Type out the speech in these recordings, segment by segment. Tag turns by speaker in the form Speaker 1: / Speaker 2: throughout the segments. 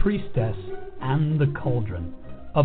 Speaker 1: Priestess and the Cauldron, a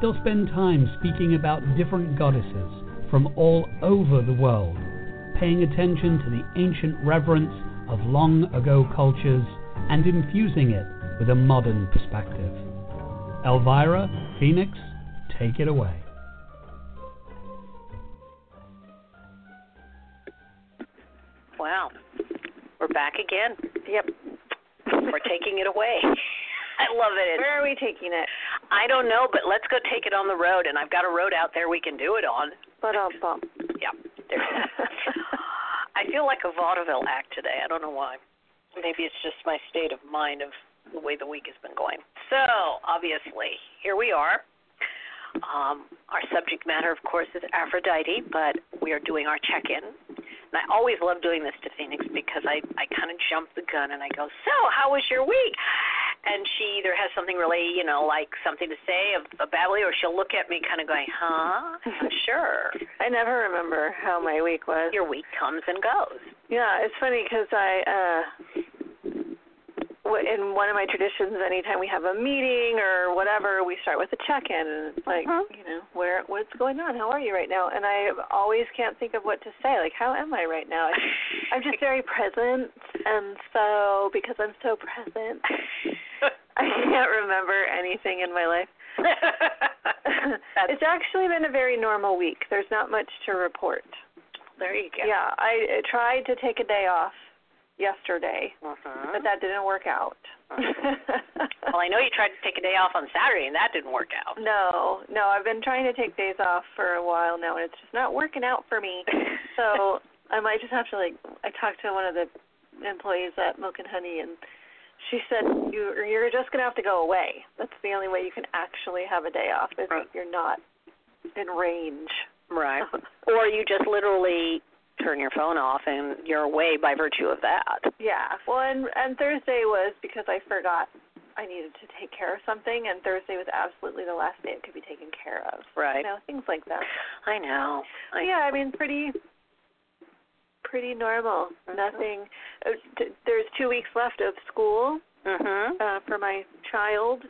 Speaker 1: They'll spend time speaking about different goddesses from all over the world, paying attention to the ancient reverence of long ago cultures and infusing it with a modern perspective. Elvira, Phoenix, take it away.
Speaker 2: Wow. We're back again. Yep. We're taking it away. I love it.
Speaker 3: Where are we taking it?
Speaker 2: I don't know, but let's go take it on the road. And I've got a road out there we can do it on.
Speaker 3: But um, bum.
Speaker 2: Yeah. There. I feel like a vaudeville act today. I don't know why. Maybe it's just my state of mind of the way the week has been going. So, obviously, here we are. Um, our subject matter, of course, is Aphrodite, but we are doing our check in. And I always love doing this to Phoenix because I, I kind of jump the gun and I go, So, how was your week? And she either has something really, you know, like something to say, a, a babbly, or she'll look at me kind of going, Huh? I'm sure.
Speaker 3: I never remember how my week was.
Speaker 2: Your week comes and goes.
Speaker 3: Yeah, it's funny because I, uh, w- in one of my traditions, anytime we have a meeting or whatever, we start with a check-in and it's like,
Speaker 2: Mhm.
Speaker 3: you know, where what's going on? How are you right now? And I always can't think of what to say. Like, how am I right now? I'm just very present, and so because I'm so present, I can't remember anything in my life.
Speaker 2: That's,
Speaker 3: it's actually been a very normal week. There's not much to report.
Speaker 2: there you go.
Speaker 3: Yeah, I uh, tried to take a day off yesterday,
Speaker 2: Mhm.
Speaker 3: but that didn't work out.
Speaker 2: Well, I know you tried to take a day off on Saturday, and that didn't work out.
Speaker 3: no, no, I've been trying to take days off for a while now, and it's just not working out for me. So I might just have to like. I talked to one of the employees at Milk and Honey, and she said you you're just gonna have to go away. That's the only way you can actually have a day off is if you're not in range.
Speaker 2: Right. Or you just literally turn your phone off, and you're away by virtue of that.
Speaker 3: Yeah. Well, and and Thursday was because I forgot I needed to take care of something, and Thursday was absolutely the last day it could be taken care of. You
Speaker 2: Right.
Speaker 3: know, things like that.
Speaker 2: I know. I,
Speaker 3: yeah, I mean, pretty, pretty normal.
Speaker 2: Mhm.
Speaker 3: Nothing. Uh, t- there's two weeks left of school
Speaker 2: Mhm.
Speaker 3: uh, for my child,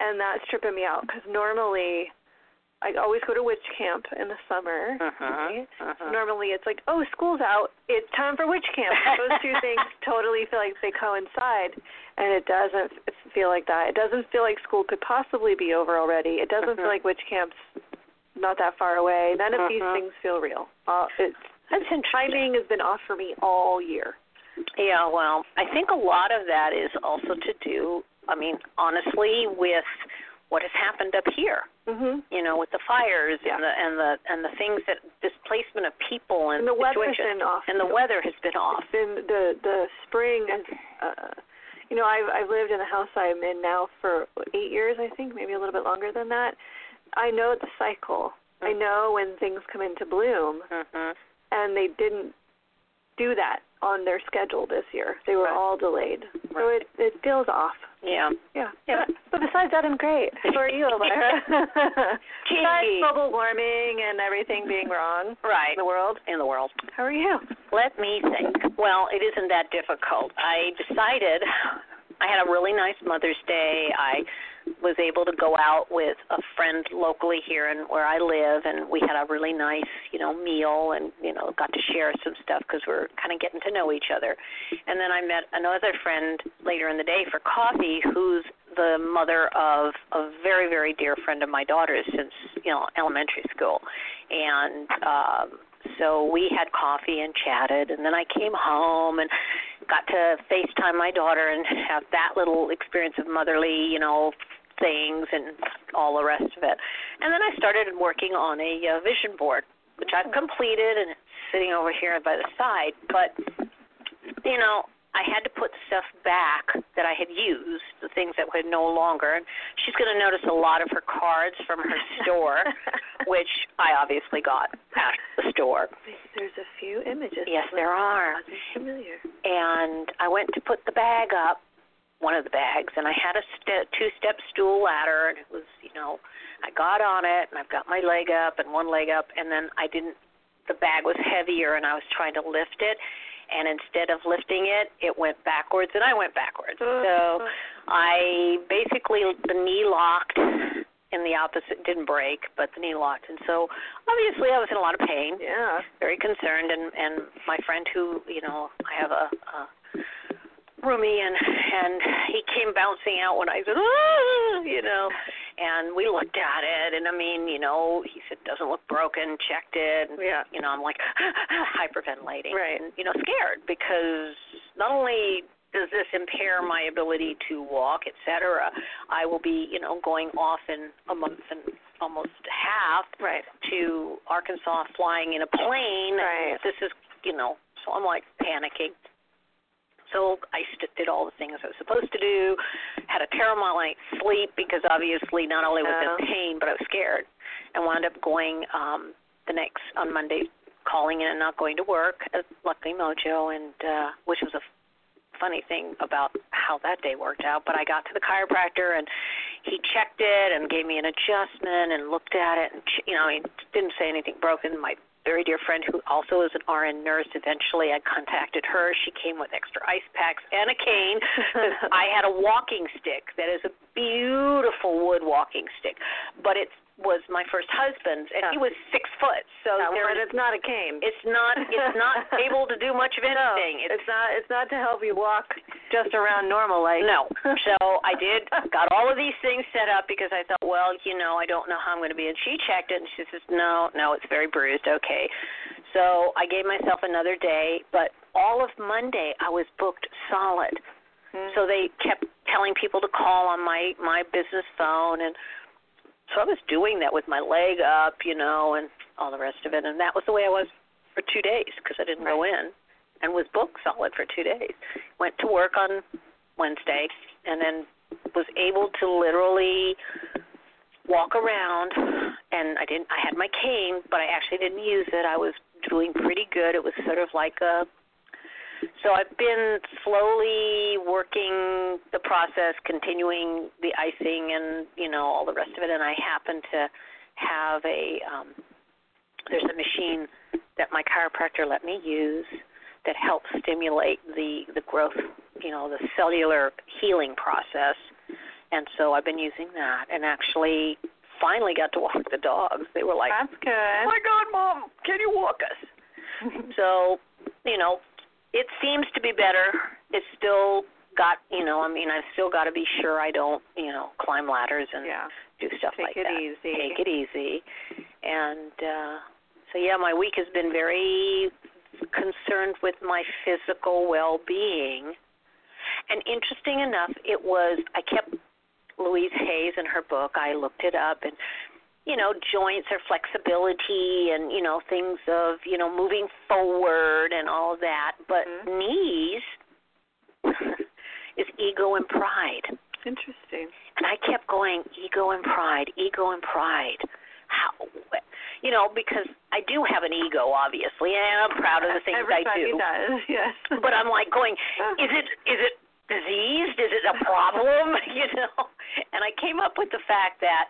Speaker 3: and that's tripping me out because normally I always go to witch camp in the summer.
Speaker 2: Mhm. Mhm.
Speaker 3: Normally it's like, oh, school's out. It's time for witch camp. Those two things totally feel like they coincide, and it doesn't f- feel like that. It doesn't feel like school could possibly be over already. It doesn't
Speaker 2: Mhm.
Speaker 3: feel like witch camp's not that far away. None of these
Speaker 2: Mhm.
Speaker 3: things feel real. Uh, it's
Speaker 2: That's interesting.
Speaker 3: timing has been off for me all year.
Speaker 2: Yeah, well, I think a lot of that is also to do, I mean, honestly, with what has happened up here.
Speaker 3: Mhm.
Speaker 2: You know, with the fires
Speaker 3: Yeah.
Speaker 2: and the and the and the things that displacement of people and,
Speaker 3: And the weather's
Speaker 2: situations.
Speaker 3: been off.
Speaker 2: and the weather has been off.
Speaker 3: It's been the the spring is uh you know i've i've lived in the house i'm in now for eight years i think maybe a little bit longer than that i know the cycle i know when things come into bloom
Speaker 2: Mhm.
Speaker 3: and they didn't do that on their schedule this year they were
Speaker 2: Right.
Speaker 3: all delayed so
Speaker 2: Right.
Speaker 3: it it feels off
Speaker 2: Yeah.
Speaker 3: yeah
Speaker 2: Yeah.
Speaker 3: but, but besides that i'm great how are you elvira besides
Speaker 2: Gee.
Speaker 3: global warming and everything being wrong
Speaker 2: Right.
Speaker 3: in the world
Speaker 2: In the world.
Speaker 3: how are you
Speaker 2: Let me think. Well, it isn't that difficult. I decided I had a really nice Mother's Day. I was able to go out with a friend locally here and where I live, and we had a really nice, you know, meal, and you know, got to share some stuff because we're kind of getting to know each other. And then I met another friend later in the day for coffee, who's the mother of a very, very dear friend of my daughter's since you know elementary school, and um, so we had coffee and chatted, and then I came home and got to FaceTime my daughter and have that little experience of motherly, you know, things and all the rest of it. And then I started working on a uh, vision board, which I've completed and it's sitting over here by the side. But you know, I had to put stuff back that I had used, the things that were no longer. And she's going to notice a lot of her cards from her store, which I obviously got at the store.
Speaker 3: There's a few images.
Speaker 2: Yes,
Speaker 3: that
Speaker 2: there
Speaker 3: look
Speaker 2: are.
Speaker 3: Familiar.
Speaker 2: And I went to put the bag up, one of the bags, and I had a ste- two-step stool ladder, and it was, you know, I got on it, and I've got my leg up and one leg up, and then I didn't. The bag was heavier, and I was trying to lift it, and instead of lifting it, it went backwards, and I went backwards. So I basically the knee locked in the opposite didn't break, but the knee locked, and so obviously I was in a lot of pain
Speaker 3: yeah.
Speaker 2: very concerned and and my friend who you know i have a, a roomie and and he came bouncing out when i said ah! you know and we looked at it and i mean you know he said doesn't look broken checked it and
Speaker 3: Yeah.
Speaker 2: you know i'm like hyperventilating
Speaker 3: Right.
Speaker 2: and you know scared because not only does this impair my ability to walk etc i will be you know going off in a month and almost half
Speaker 3: Right.
Speaker 2: to Arkansas flying in a plane.
Speaker 3: Right.
Speaker 2: This is, you know, so I'm like panicking. So I st- did all the things I was supposed to do, had a terrible night's sleep because obviously not only was
Speaker 3: Yeah.
Speaker 2: it pain, but I was scared and wound up going um the next on Monday calling in and not going to work at Luckily Mojo and uh which was a funny thing about how that day worked out, but I got to the chiropractor and he checked it and gave me an adjustment and looked at it and ch- you know he didn't say anything broken. My very dear friend who also is an RN nurse eventually I contacted her. She came with extra ice packs and a cane. 'cause I had a walking stick that is a beautiful wood walking stick, but it was my first husband's and he
Speaker 3: Yeah.
Speaker 2: was six foot, so
Speaker 3: Yeah,
Speaker 2: there
Speaker 3: but
Speaker 2: is
Speaker 3: it's not a cane.
Speaker 2: it's not it's not able to do much of
Speaker 3: no,
Speaker 2: anything. It's
Speaker 3: it's not. It's not to help you walk just around normal like.
Speaker 2: No. So I did got all of these things set up because I thought, well, you know, I don't know how I'm going to be. And she checked it and she says, no, no, it's very bruised. Okay. So I gave myself another day, but all of Monday I was booked solid.
Speaker 3: Mm.
Speaker 2: So they kept telling people to call on my my business phone and so I was doing that with my leg up, you know, and all the rest of it and that was the way I was for 2 days because I didn't go in and was booked solid for 2 days. Went to work on Wednesday and then was able to literally walk around and I didn't I had my cane but I actually didn't use it. I was doing pretty good. It was sort of like a so I've been slowly working the process, continuing the icing and, you know, all the rest of it and I happen to have a um there's a machine that my chiropractor let me use that helps stimulate the the growth, you know, the cellular healing process. And so I've been using that and actually finally got to walk the dogs. They were like,
Speaker 3: That's
Speaker 2: "Oh
Speaker 3: good.
Speaker 2: my god, mom, can you walk us?" So, you know, it seems to be better. It's still got, you know, I mean, I've still got to be sure I don't, you know, climb ladders and
Speaker 3: yeah.
Speaker 2: do stuff
Speaker 3: Take
Speaker 2: like
Speaker 3: it
Speaker 2: that.
Speaker 3: easy.
Speaker 2: Take it easy. And uh so yeah, my week has been very concerned with my physical well-being. And interesting enough, it was I kept Louise Hayes and her book. I looked it up and you know, joints or flexibility and, you know, things of, you know, moving forward and all of that. But
Speaker 3: Mhm.
Speaker 2: knees is ego and pride.
Speaker 3: Interesting.
Speaker 2: And I kept going, ego and pride, ego and pride. How, you know, because I do have an ego, obviously, and I'm proud of the things I do.
Speaker 3: Everybody does. Yes.
Speaker 2: But I'm like going, is it is it diseased? Is it a problem? you know. And I came up with the fact that,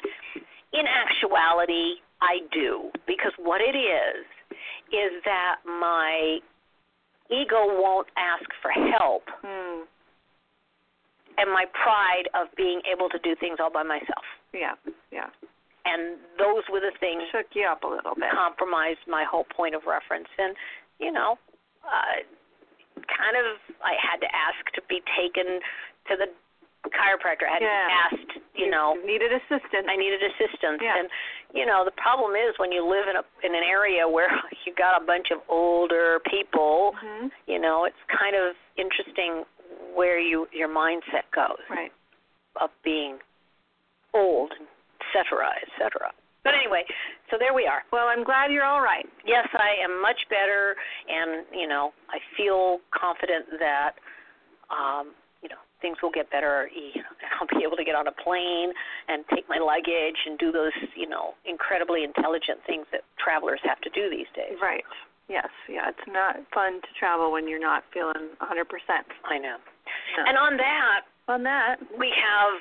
Speaker 2: in actuality, I do because what it is is that my ego won't ask for help
Speaker 3: Hmm.
Speaker 2: and my pride of being able to do things all by myself.
Speaker 3: Yeah. Yeah.
Speaker 2: and those were the things
Speaker 3: Shook you up a little bit.
Speaker 2: that compromised my whole point of reference and you know uh kind of i had to ask to be taken to the chiropractor i had
Speaker 3: Yeah.
Speaker 2: asked you, know
Speaker 3: needed assistance.
Speaker 2: I needed assistance.
Speaker 3: Yeah.
Speaker 2: And you know, the problem is when you live in a in an area where you got a bunch of older people,
Speaker 3: Mhm.
Speaker 2: you know, it's kind of interesting where you your mindset goes
Speaker 3: Right.
Speaker 2: of being old, et cetera, et cetera. But anyway, so there we are.
Speaker 3: Well, I'm glad you're all right.
Speaker 2: Yes, I am much better, and you know, I feel confident that um, you know, things will get better. I'll be able to get on a plane and take my luggage and do those, you know, incredibly intelligent things that travelers have to do these days.
Speaker 3: Right. Yes. Yeah. It's not fun to travel when you're not feeling 100%.
Speaker 2: I know.
Speaker 3: No.
Speaker 2: And on that,
Speaker 3: on that,
Speaker 2: we have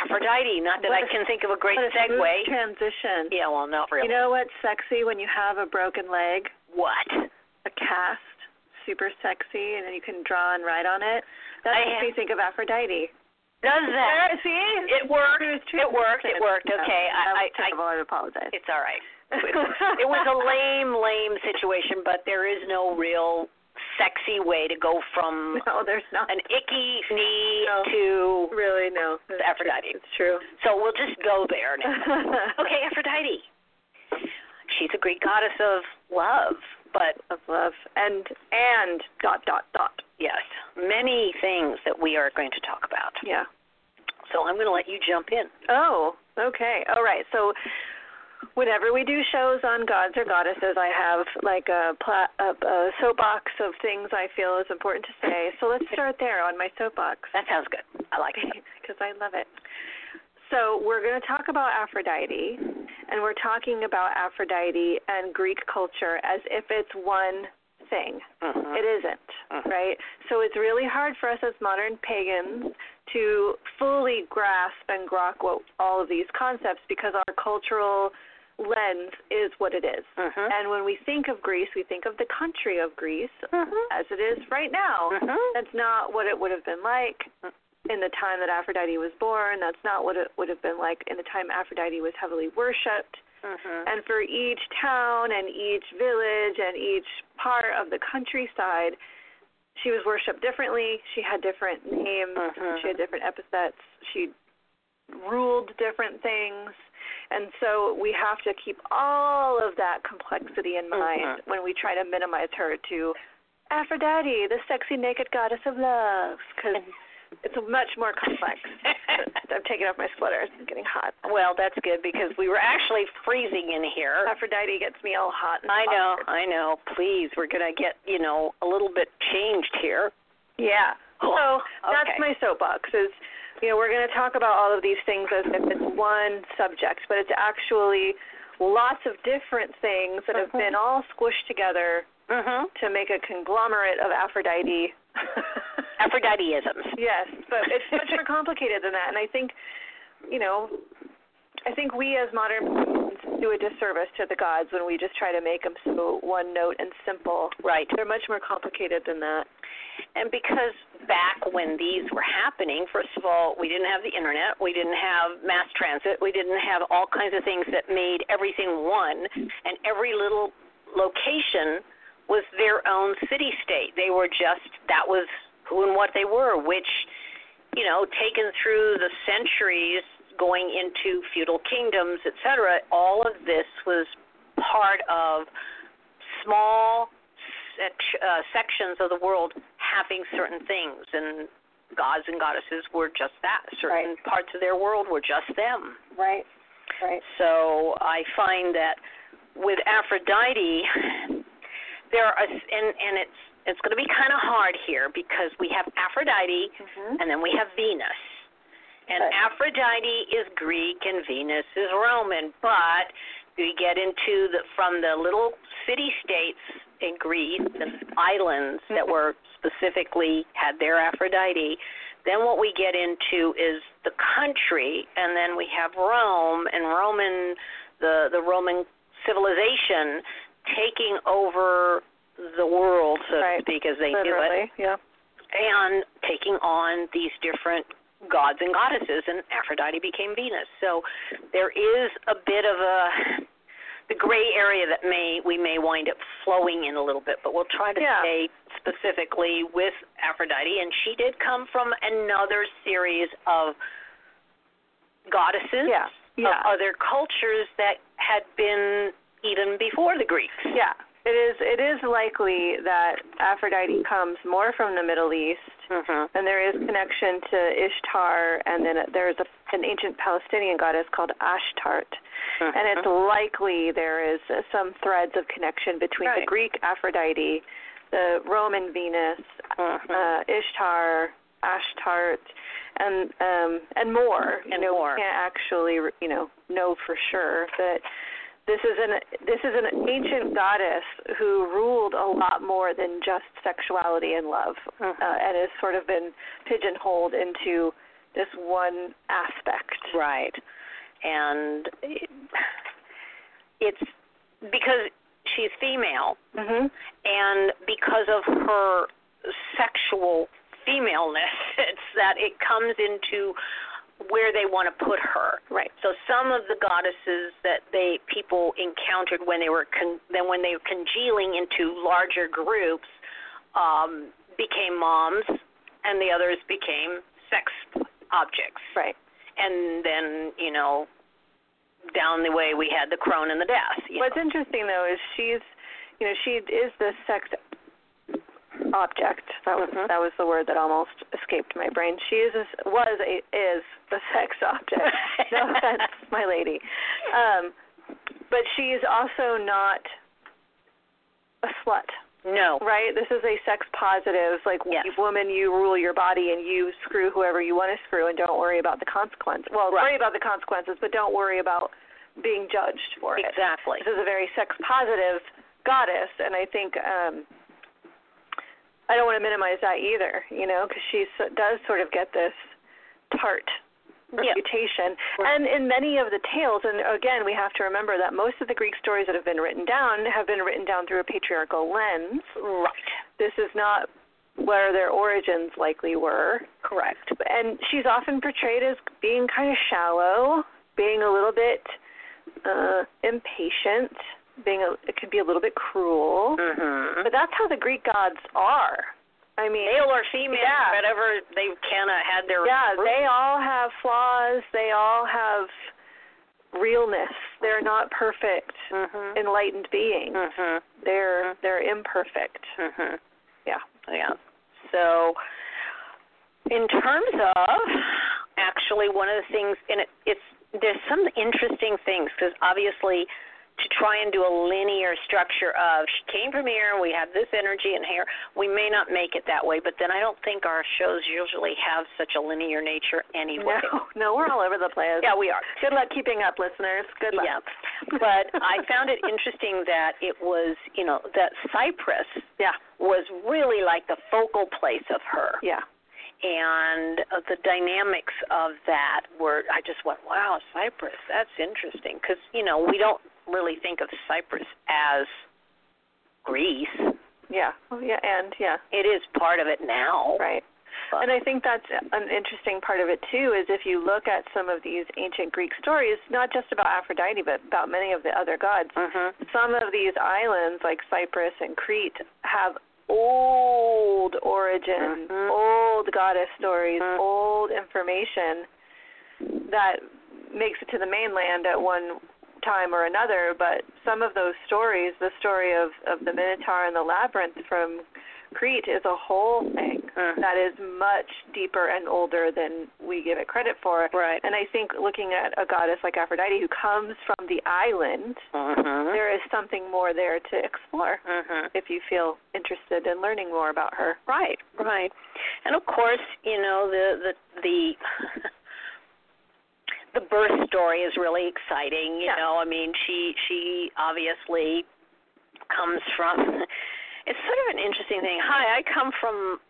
Speaker 2: Aphrodite. Not that I
Speaker 3: What a-
Speaker 2: can think of a great
Speaker 3: what a smooth
Speaker 2: segue.
Speaker 3: transition.
Speaker 2: Yeah, well, not really.
Speaker 3: You know what's sexy when you have a broken leg?
Speaker 2: what?
Speaker 3: A cast. Super sexy, and then you can draw and write on it. That
Speaker 2: I
Speaker 3: makes
Speaker 2: am-
Speaker 3: me think of Aphrodite.
Speaker 2: Does that?
Speaker 3: There, see?
Speaker 2: It worked.
Speaker 3: It was
Speaker 2: It worked. It worked.
Speaker 3: No,
Speaker 2: Okay. I,
Speaker 3: that was
Speaker 2: I, I
Speaker 3: terrible. I, apologize.
Speaker 2: It's all right. It was a lame, lame situation, but there is no real sexy way to go from
Speaker 3: No, there's not.
Speaker 2: an icky knee
Speaker 3: No.
Speaker 2: to.
Speaker 3: really, no. It's
Speaker 2: Aphrodite.
Speaker 3: It's true.
Speaker 2: So we'll just go there now. Okay, Aphrodite. She's a Greek goddess of love, but
Speaker 3: Of love and and dot dot dot.
Speaker 2: yes, many things that we are going to talk about.
Speaker 3: Yeah.
Speaker 2: So I'm going to let you jump in.
Speaker 3: Oh, okay. All right. So whenever we do shows on gods or goddesses, I have like a, pla- a, a soapbox of things I feel is important to say. So let's start there on my soapbox
Speaker 2: That sounds good. I like it.
Speaker 3: because I love it. So we're going to talk about Aphrodite, and we're talking about Aphrodite and Greek culture as if it's one thing.
Speaker 2: Mhm.
Speaker 3: It isn't,
Speaker 2: Mhm.
Speaker 3: right? So it's really hard for us as modern pagans to fully grasp and grok what all of these concepts because our cultural lens is what it is.
Speaker 2: Mhm.
Speaker 3: And when we think of Greece, we think of the country of Greece
Speaker 2: Mhm.
Speaker 3: as it is right now.
Speaker 2: Mhm.
Speaker 3: That's not what it would have been like in the time that Aphrodite was born. That's not what it would have been like in the time Aphrodite was heavily worshipped.
Speaker 2: Mhm.
Speaker 3: And for each town and each village and each part of the countryside, she was worshipped differently. She had different names.
Speaker 2: Mhm.
Speaker 3: She had different epithets. She ruled different things. And so we have to keep all of that complexity in mind
Speaker 2: Mhm.
Speaker 3: when we try to minimize her to Aphrodite, the sexy naked goddess of love, because it's much more complex. I'm taking off my sweater. It's getting hot.
Speaker 2: Well, that's good because we were actually freezing in here.
Speaker 3: Aphrodite gets me all hot. And
Speaker 2: I know,
Speaker 3: bothered.
Speaker 2: I know. Please, we're gonna get you know a little bit changed here.
Speaker 3: Yeah. So that's
Speaker 2: Okay.
Speaker 3: my soapbox. Is you know we're going to talk about all of these things as if it's one subject, but it's actually lots of different things that have
Speaker 2: Mhm.
Speaker 3: been all squished together
Speaker 2: Mhm.
Speaker 3: to make a conglomerate of Aphrodite.
Speaker 2: Aphroditeisms.
Speaker 3: yes, but it's much more complicated than that, and I think you know. I think we as modern Christians do a disservice to the gods when we just try to make them so one note and simple.
Speaker 2: Right.
Speaker 3: They're much more complicated than that.
Speaker 2: And because back when these were happening, first of all, we didn't have the internet, we didn't have mass transit, we didn't have all kinds of things that made everything one, and every little location was their own city state. They were just, that was who and what they were, which, you know, taken through the centuries going into feudal kingdoms, et cetera, all of this was part of small sec- uh, sections of the world having certain things, and gods and goddesses were just that. Certain parts of their world were just them.
Speaker 3: Right. Right.
Speaker 2: So I find that with Aphrodite, there are, and and it's it's going to be kind of hard here because we have Aphrodite
Speaker 3: Mhm.
Speaker 2: and then we have Venus. And
Speaker 3: Right.
Speaker 2: Aphrodite is Greek and Venus is Roman, but we get into the from the little city states in Greece, the islands that
Speaker 3: Mm-hmm.
Speaker 2: were specifically had their Aphrodite. Then what we get into is the country, and then we have Rome and Roman, the the Roman civilization taking over the world, so
Speaker 3: Right.
Speaker 2: to speak, as they do it
Speaker 3: Literally, yeah.
Speaker 2: and taking on these different gods and goddesses and Aphrodite became Venus. So there is a bit of a the gray area that may we may wind up flowing in a little bit, but we'll try to
Speaker 3: Yeah.
Speaker 2: stay specifically with Aphrodite and she did come from another series of goddesses
Speaker 3: Yeah, yeah.
Speaker 2: of other cultures that had been even before the Greeks.
Speaker 3: Yeah. It is it is likely that Aphrodite comes more from the Middle East
Speaker 2: Mhm.
Speaker 3: and there is connection to Ishtar and then there's a, an ancient Palestinian goddess called Ashtart. And
Speaker 2: Mm-hmm.
Speaker 3: it's likely there is uh, some threads of connection between
Speaker 2: Right.
Speaker 3: the Greek Aphrodite the Roman Venus,
Speaker 2: Mhm.
Speaker 3: uh, Ishtar, Ashtart, and um, and more. You
Speaker 2: And
Speaker 3: know,
Speaker 2: more.
Speaker 3: we can't actually you know know for sure that this is an this is an ancient goddess who ruled a lot more than just sexuality and love,
Speaker 2: Mhm.
Speaker 3: uh, and has sort of been pigeonholed into this one aspect.
Speaker 2: Right. And it, it's because she's female
Speaker 3: Mhm.
Speaker 2: and because of her sexual femaleness, it's that it comes into where they want to put her.
Speaker 3: Right.
Speaker 2: So some of the goddesses that they people encountered when they were con- then when they were congealing into larger groups um, became moms, and the others became sex objects.
Speaker 3: Right.
Speaker 2: And then you know, down the way we had the crone and the death. you
Speaker 3: What's
Speaker 2: know.
Speaker 3: interesting though is she's, you know, she is the sex object. That was
Speaker 2: Mhm.
Speaker 3: that was the word that almost escaped my brain. She is a, was a is the sex object. no offense, my lady. Um, but she is also not a slut,
Speaker 2: No.
Speaker 3: right? This is a sex positive, like
Speaker 2: Yes.
Speaker 3: woman, you rule your body and you screw whoever you want to screw and don't worry about the consequences. Well,
Speaker 2: Right.
Speaker 3: worry about the consequences, but don't worry about being judged for it
Speaker 2: Exactly.
Speaker 3: this is a very sex positive goddess and i think um i don't want to minimize that either you know because she so, does sort of get this tart
Speaker 2: Yeah.
Speaker 3: reputation
Speaker 2: Right.
Speaker 3: and in many of the tales and again we have to remember that most of the greek stories that have been written down have been written down through a patriarchal lens
Speaker 2: Right.
Speaker 3: this is not where their origins likely were
Speaker 2: Correct.
Speaker 3: and she's often portrayed as being kind of shallow, being a little bit uh, impatient, being a, it could be a little bit cruel.
Speaker 2: Mhm.
Speaker 3: But that's how the Greek gods are. I mean,
Speaker 2: male or female,
Speaker 3: Yeah.
Speaker 2: whatever they kind of had their
Speaker 3: yeah, they all have flaws. They all have realness. They're not perfect,
Speaker 2: Mhm.
Speaker 3: enlightened beings.
Speaker 2: Mhm.
Speaker 3: They're they're imperfect.
Speaker 2: Mhm.
Speaker 3: Yeah.
Speaker 2: Yeah. So, in terms of actually one of the things, and it, it's there's some interesting things because obviously to try and do a linear structure of she came from here, we have this energy and here, we may not make it that way. But then I don't think our shows usually have such a linear nature anyway.
Speaker 3: No, no, we're all over the place.
Speaker 2: Mm-hmm. Yeah, we are.
Speaker 3: Good luck keeping up, listeners. Good luck.
Speaker 2: Yeah. But I found it interesting that it was, you know, that Cyprus
Speaker 3: Yeah.
Speaker 2: was really like the focal place of her.
Speaker 3: Yeah.
Speaker 2: And uh, the dynamics of that were, I just went, wow, Cyprus, that's interesting. Because, you know, we don't really think of Cyprus as Greece.
Speaker 3: Yeah. Oh, yeah. And yeah.
Speaker 2: It is part of it now.
Speaker 3: Right.
Speaker 2: But-
Speaker 3: And I think that's an interesting part of it too is if you look at some of these ancient Greek stories, not just about Aphrodite but about many of the other gods,
Speaker 2: Mhm.
Speaker 3: some of these islands like Cyprus and Crete have old origins,
Speaker 2: Mhm.
Speaker 3: old goddess stories,
Speaker 2: Mhm.
Speaker 3: old information that makes it to the mainland at one time or another, but some of those stories, the story of, of the Minotaur and the Labyrinth from Crete is a whole thing
Speaker 2: Mhm.
Speaker 3: that is much deeper and older than we give it credit for.
Speaker 2: Right.
Speaker 3: And I think looking at a goddess like Aphrodite who comes from the island,
Speaker 2: Mhm.
Speaker 3: there is something more there to explore
Speaker 2: Mhm.
Speaker 3: if you feel interested in learning more about her.
Speaker 2: Right, right. And of course, you know, the the the the birth story is really exciting, you
Speaker 3: Yeah.
Speaker 2: know. I mean, she she obviously comes from it's sort of an interesting thing. Hi, I come from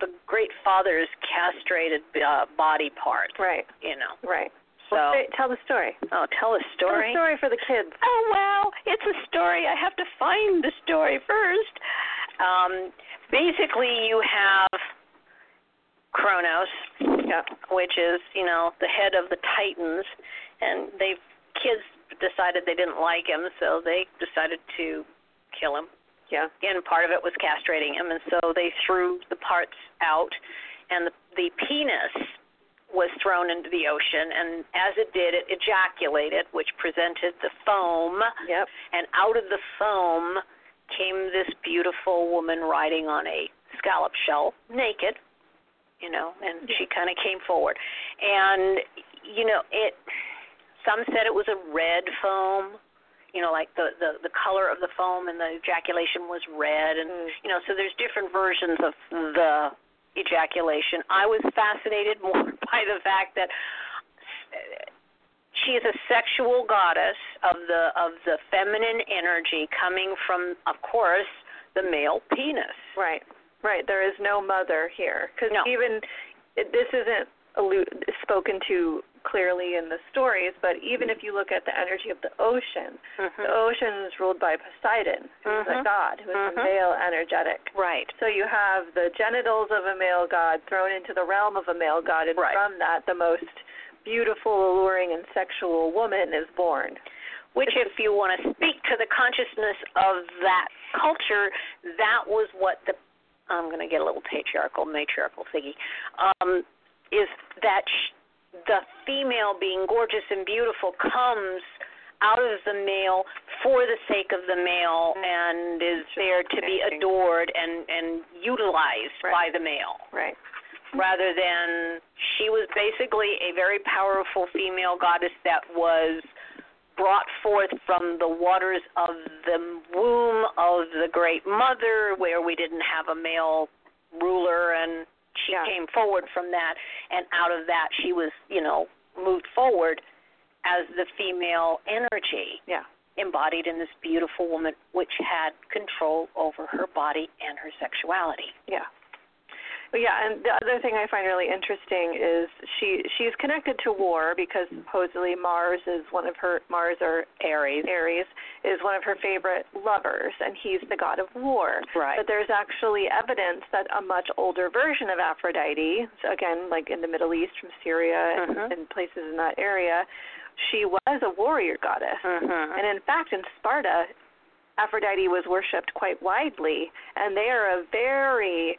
Speaker 2: the great father's castrated uh, body part,
Speaker 3: Right,
Speaker 2: you know.
Speaker 3: right.
Speaker 2: So,
Speaker 3: Well, say- tell the story.
Speaker 2: oh, tell a
Speaker 3: Tell
Speaker 2: story.
Speaker 3: the story for the kids.
Speaker 2: Oh wow, it's a story. I have to find the story first. Um, basically, you have Kronos,
Speaker 3: Yeah.
Speaker 2: which is you know the head of the Titans, and they kids decided they didn't like him, so they decided to kill him.
Speaker 3: Yeah.
Speaker 2: And part of it was castrating him, and so they threw the parts out, and the, the penis was thrown into the ocean, and as it did, it ejaculated, which presented the foam
Speaker 3: Yep.
Speaker 2: and out of the foam came this beautiful woman riding on a scallop shell, naked, you know, and she kind of came forward. And you know, it some said it was a red foam you know, like the the the color of the foam and the ejaculation was red, and
Speaker 3: Mm.
Speaker 2: you know, so there's different versions of the ejaculation. I was fascinated more by the fact that she is a sexual goddess of the of the feminine energy coming from, of course, the male penis.
Speaker 3: Right, right. There is no mother here because
Speaker 2: No.
Speaker 3: even it- this isn't allu- spoken to clearly in the stories. But even if you look at the energy of the ocean,
Speaker 2: Mm-hmm.
Speaker 3: the ocean is ruled by Poseidon, who's a
Speaker 2: Mhm.
Speaker 3: god who is
Speaker 2: Mhm.
Speaker 3: a male energetic.
Speaker 2: Right.
Speaker 3: So you have the genitals of a male god thrown into the realm of a male god, and
Speaker 2: Right.
Speaker 3: from that, the most beautiful, alluring, and sexual woman is born.
Speaker 2: Which, if you want to speak to the consciousness of that culture, that was what the I'm going to get a little patriarchal, matriarchal thingy. Um, is that sh- the female being gorgeous and beautiful comes out of the male for the sake of the male and is there to be
Speaker 3: Interesting.
Speaker 2: adored and and utilized by
Speaker 3: Right.
Speaker 2: the male
Speaker 3: Right.
Speaker 2: rather than she was basically a very powerful female goddess that was brought forth from the waters of the womb of the great mother where we didn't have a male ruler and she
Speaker 3: Yeah.
Speaker 2: came forward from that and out of that she was you know moved forward as the female energy
Speaker 3: Yeah.
Speaker 2: embodied in this beautiful woman which had control over her body and her sexuality
Speaker 3: Yeah. Well, yeah, and the other thing I find really interesting is she she's connected to war because supposedly Mars is one of her Mars or
Speaker 2: aries
Speaker 3: Aries is one of her favorite lovers, and he's the god of war.
Speaker 2: right
Speaker 3: But there's actually evidence that a much older version of Aphrodite, so again, like in the Middle East from Syria
Speaker 2: Mhm.
Speaker 3: and, and places in that area, she was a warrior goddess.
Speaker 2: Mhm.
Speaker 3: And in fact, in Sparta, Aphrodite was worshipped quite widely, and they are a very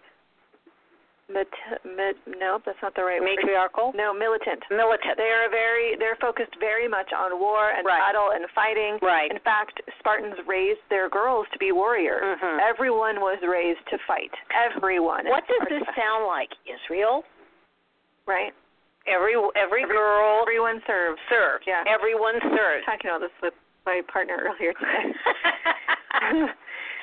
Speaker 3: mat- mat- no, that's not the right word.
Speaker 2: matriarchal
Speaker 3: No, militant.
Speaker 2: militant
Speaker 3: They are very they're focused very much on war and
Speaker 2: Right.
Speaker 3: battle and fighting.
Speaker 2: right
Speaker 3: In fact, Spartans raised their girls to be warriors.
Speaker 2: Mhm.
Speaker 3: Everyone was raised to fight. Everyone. in
Speaker 2: what does this
Speaker 3: Sparta,
Speaker 2: sound like israel
Speaker 3: Right.
Speaker 2: every every girl
Speaker 3: Everyone serves.
Speaker 2: serves
Speaker 3: Yeah.
Speaker 2: everyone
Speaker 3: was
Speaker 2: serves
Speaker 3: talking about this with my partner earlier today.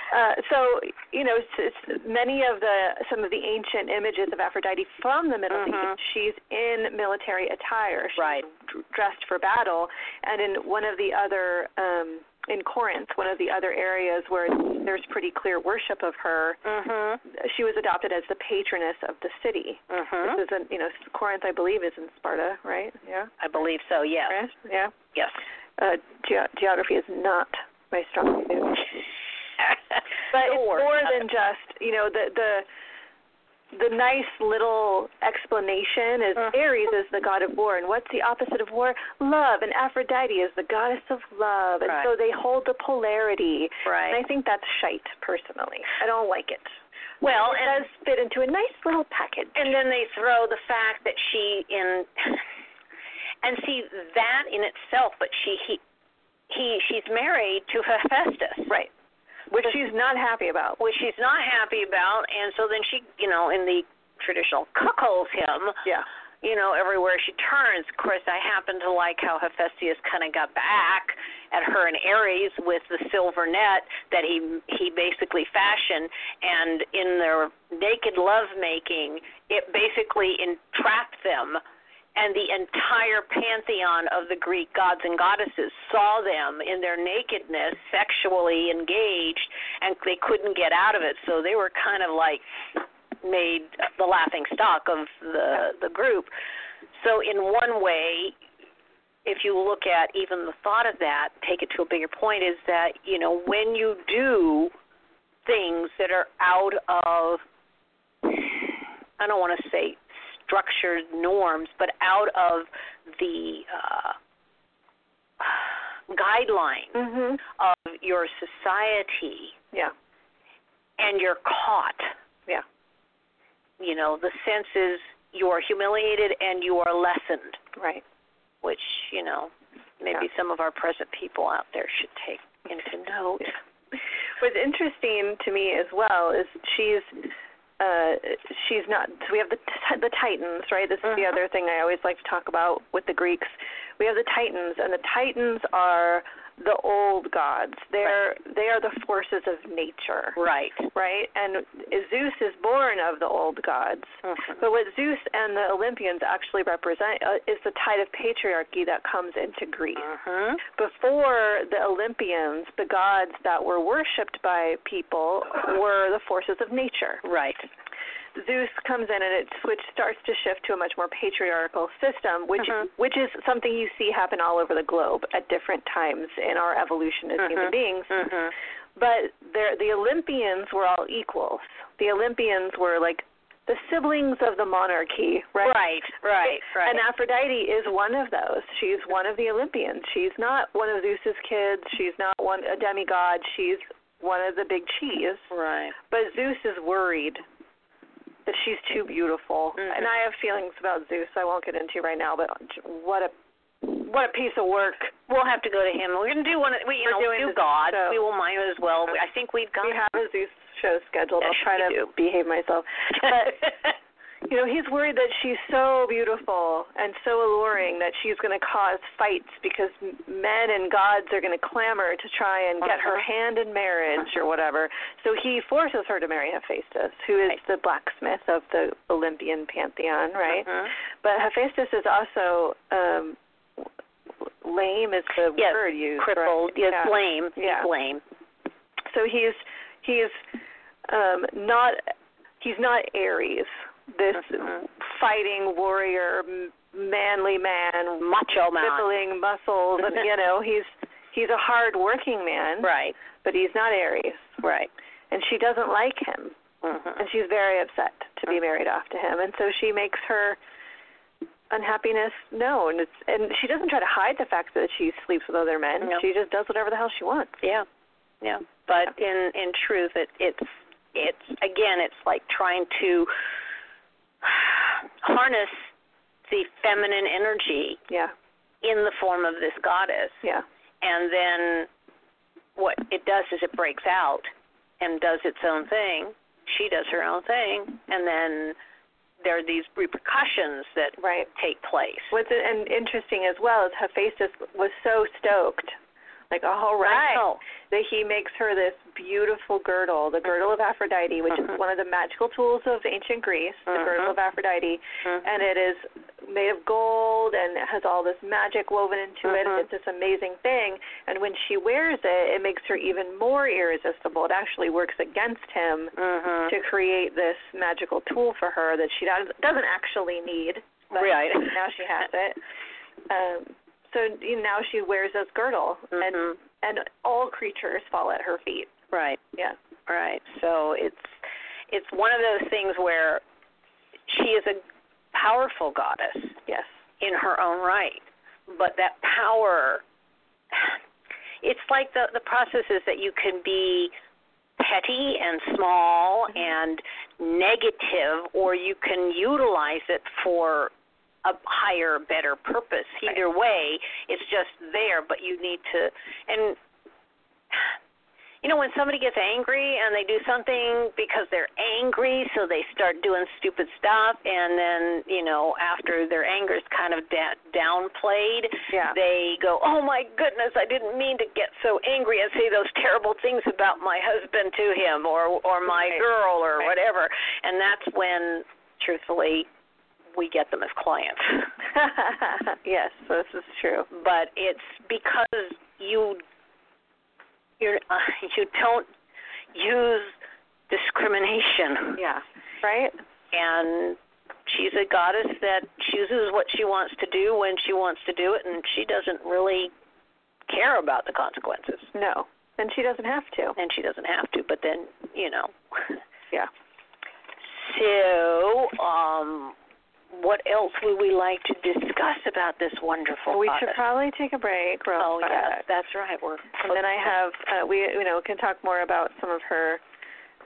Speaker 3: Uh, so you know, it's, it's many of the some of the ancient images of Aphrodite from the Middle
Speaker 2: Mhm.
Speaker 3: East. She's in military attire. She's
Speaker 2: Right.
Speaker 3: d- dressed for battle, and in one of the other um, in Corinth, one of the other areas where there's pretty clear worship of her,
Speaker 2: mhm
Speaker 3: she was adopted as the patroness of the city.
Speaker 2: mhm
Speaker 3: This is in you know Corinth, I believe, is in Sparta, right? Yeah.
Speaker 2: i believe so yes
Speaker 3: Right? Yeah.
Speaker 2: yes
Speaker 3: Uh, ge- geography is not my strong suit. But it's
Speaker 2: Sure.
Speaker 3: more than just you know the the the nice little explanation is
Speaker 2: Mhm.
Speaker 3: Aries is the god of war, and what's the opposite of war? Love, and Aphrodite is the goddess of love, and
Speaker 2: Right.
Speaker 3: so they hold the polarity. And
Speaker 2: right
Speaker 3: I think that's shite, personally. I don't like it.
Speaker 2: well
Speaker 3: it
Speaker 2: and
Speaker 3: does fit into a nice little package.
Speaker 2: and then they throw the fact that she in and see that in itself but she he he she's married to Hephaestus
Speaker 3: right, which she's not happy about.
Speaker 2: which she's not happy about and so then she you know in the traditional cuckolds him
Speaker 3: Yeah,
Speaker 2: you know everywhere she turns of course i happen to like how hephaestus kind of got back at her and aries with the silver net that he he basically fashioned and in their naked lovemaking it basically entrapped them and the entire pantheon of the Greek gods and goddesses saw them in their nakedness, sexually engaged, and they couldn't get out of it. So they were kind of like made the laughing stock of the the group. So in one way, if you look at even the thought of that, take it to a bigger point is that you know when you do things that are out of I don't want to say structured norms, but out of the uh, guidelines
Speaker 3: mhm,
Speaker 2: of your society
Speaker 3: yeah,
Speaker 2: and you're caught
Speaker 3: yeah,
Speaker 2: you know the sense is you are humiliated and you are lessened
Speaker 3: right.
Speaker 2: which you know maybe
Speaker 3: Yeah.
Speaker 2: some of our present people out there should take into note
Speaker 3: What's interesting to me as well is she's uh she's not so we have the the titans right this is the
Speaker 2: Mhm.
Speaker 3: other thing i always like to talk about with the greeks we have the titans and the titans are the old gods. They're they are the forces of nature,
Speaker 2: Right.
Speaker 3: right? And Zeus is born of the old gods.
Speaker 2: Mhm.
Speaker 3: But what Zeus and the Olympians actually represent uh, is the tide of patriarchy that comes into Greece.
Speaker 2: Mhm.
Speaker 3: Before the Olympians, the gods that were worshipped by people were the forces of nature.
Speaker 2: Right.
Speaker 3: Zeus comes in and it switch starts to shift to a much more patriarchal system, which
Speaker 2: Uh-huh.
Speaker 3: which is something you see happen all over the globe at different times in our evolution as
Speaker 2: Uh-huh.
Speaker 3: human beings.
Speaker 2: Mhm.
Speaker 3: But there, the Olympians were all equals. The Olympians were like the siblings of the monarchy, right?
Speaker 2: Right. Right. Right.
Speaker 3: And Aphrodite is one of those. She's one of the Olympians. She's not one of Zeus's kids. She's not one a demigod. She's one of the big cheese.
Speaker 2: right.
Speaker 3: But Zeus is worried that she's too beautiful,
Speaker 2: Mhm.
Speaker 3: and I have feelings about Zeus. I won't get into right now, but what a what a piece of work.
Speaker 2: We'll have to go to him. We're going to do one. of- We you
Speaker 3: We're
Speaker 2: know
Speaker 3: doing
Speaker 2: do
Speaker 3: this,
Speaker 2: God.
Speaker 3: so-
Speaker 2: We will might as well. I think we've got.
Speaker 3: We have a Zeus show scheduled.
Speaker 2: Yes,
Speaker 3: I'll try to
Speaker 2: we do.
Speaker 3: behave myself. You know, he's worried that she's so beautiful and so alluring that she's going to cause fights because m- men and gods are going to clamor to try and get her
Speaker 2: Uh-huh.
Speaker 3: hand in marriage or whatever. So he forces her to marry Hephaestus, who is
Speaker 2: Right.
Speaker 3: the blacksmith of the Olympian pantheon, right?
Speaker 2: Mhm.
Speaker 3: But Hephaestus is also um l- lame is the
Speaker 2: Yes,
Speaker 3: word used.
Speaker 2: Crippled.
Speaker 3: Right?
Speaker 2: Yes.
Speaker 3: Yeah.
Speaker 2: Lame.
Speaker 3: Yeah.
Speaker 2: He's lame.
Speaker 3: So he's he's um not he's not Aries, this
Speaker 2: Mhm.
Speaker 3: fighting warrior, m- manly man,
Speaker 2: Macho man.
Speaker 3: rippling muscles, and you know he's he's a hard working man,
Speaker 2: Right.
Speaker 3: but he's not Aries,
Speaker 2: Right.
Speaker 3: and she doesn't like him
Speaker 2: Mhm.
Speaker 3: and she's very upset to be married off to him and so she makes her unhappiness known it's, and she doesn't try to hide the fact that she sleeps with other men
Speaker 2: No.
Speaker 3: she just does whatever the hell she wants
Speaker 2: Yeah, yeah. But in in truth, it it's it's again, it's like trying to harness the feminine energy
Speaker 3: yeah
Speaker 2: in the form of this goddess,
Speaker 3: yeah
Speaker 2: and then what it does is it breaks out and does its own thing. She does her own thing, and then there are these repercussions that
Speaker 3: right
Speaker 2: take place.
Speaker 3: what's in- and interesting as well is Hephaestus was so stoked like all
Speaker 2: I
Speaker 3: right
Speaker 2: know.
Speaker 3: that he makes her this beautiful girdle the girdle of aphrodite which
Speaker 2: Mhm.
Speaker 3: is one of the magical tools of ancient greece the girdle
Speaker 2: Mhm.
Speaker 3: of aphrodite
Speaker 2: Mhm.
Speaker 3: and it is made of gold and it has all this magic woven into it and
Speaker 2: Mhm.
Speaker 3: it's this amazing thing and when she wears it it makes her even more irresistible it actually works against him
Speaker 2: Mhm.
Speaker 3: to create this magical tool for her that she does- doesn't actually need but
Speaker 2: Right.
Speaker 3: now she has it um so you know, now she wears this girdle and
Speaker 2: Mhm.
Speaker 3: and all creatures fall at her feet
Speaker 2: Right.
Speaker 3: yeah
Speaker 2: Right. So it's it's one of those things where she is a powerful goddess
Speaker 3: yes
Speaker 2: in her own right, but that power it's like the the process is that you can be petty and small
Speaker 3: Mhm.
Speaker 2: and negative or you can utilize it for a higher better purpose either way it's just there but you need to and you know when somebody gets angry and they do something because they're angry so they start doing stupid stuff and then you know after their anger is kind of da- downplayed
Speaker 3: yeah
Speaker 2: they go oh my goodness i didn't mean to get so angry and say those terrible things about my husband to him or or my
Speaker 3: Right.
Speaker 2: girl or
Speaker 3: Right.
Speaker 2: whatever and that's when truthfully we get them as clients
Speaker 3: yes, this is true.
Speaker 2: but it's because you you're, uh, you don't use discrimination
Speaker 3: Yeah. Right?
Speaker 2: and she's a goddess that chooses what she wants to do when she wants to do it and she doesn't really care about the consequences
Speaker 3: No. And she doesn't have to.
Speaker 2: and she doesn't have to but then you know
Speaker 3: Yeah.
Speaker 2: so um what else would we like to discuss about this wonderful
Speaker 3: we should
Speaker 2: goddess?
Speaker 3: probably take a break real
Speaker 2: oh
Speaker 3: quick.
Speaker 2: yes that's right we're
Speaker 3: And then I have uh, we you know can talk more about some of her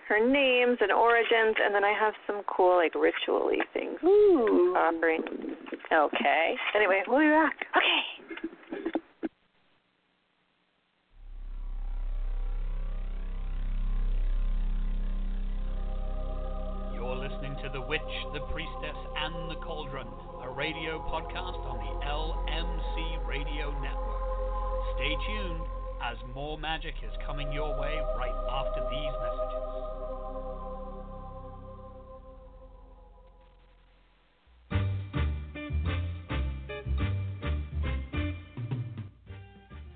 Speaker 3: her names and origins and then I have some cool like ritually things
Speaker 2: Ooh.
Speaker 3: offering.
Speaker 2: Okay.
Speaker 3: Anyway, we'll be back.
Speaker 2: Okay.
Speaker 1: You're listening to The Witch, The Priestess, and The Cauldron, a radio podcast on the LMC Radio Network. Stay tuned, as more magic is coming your way right after these messages.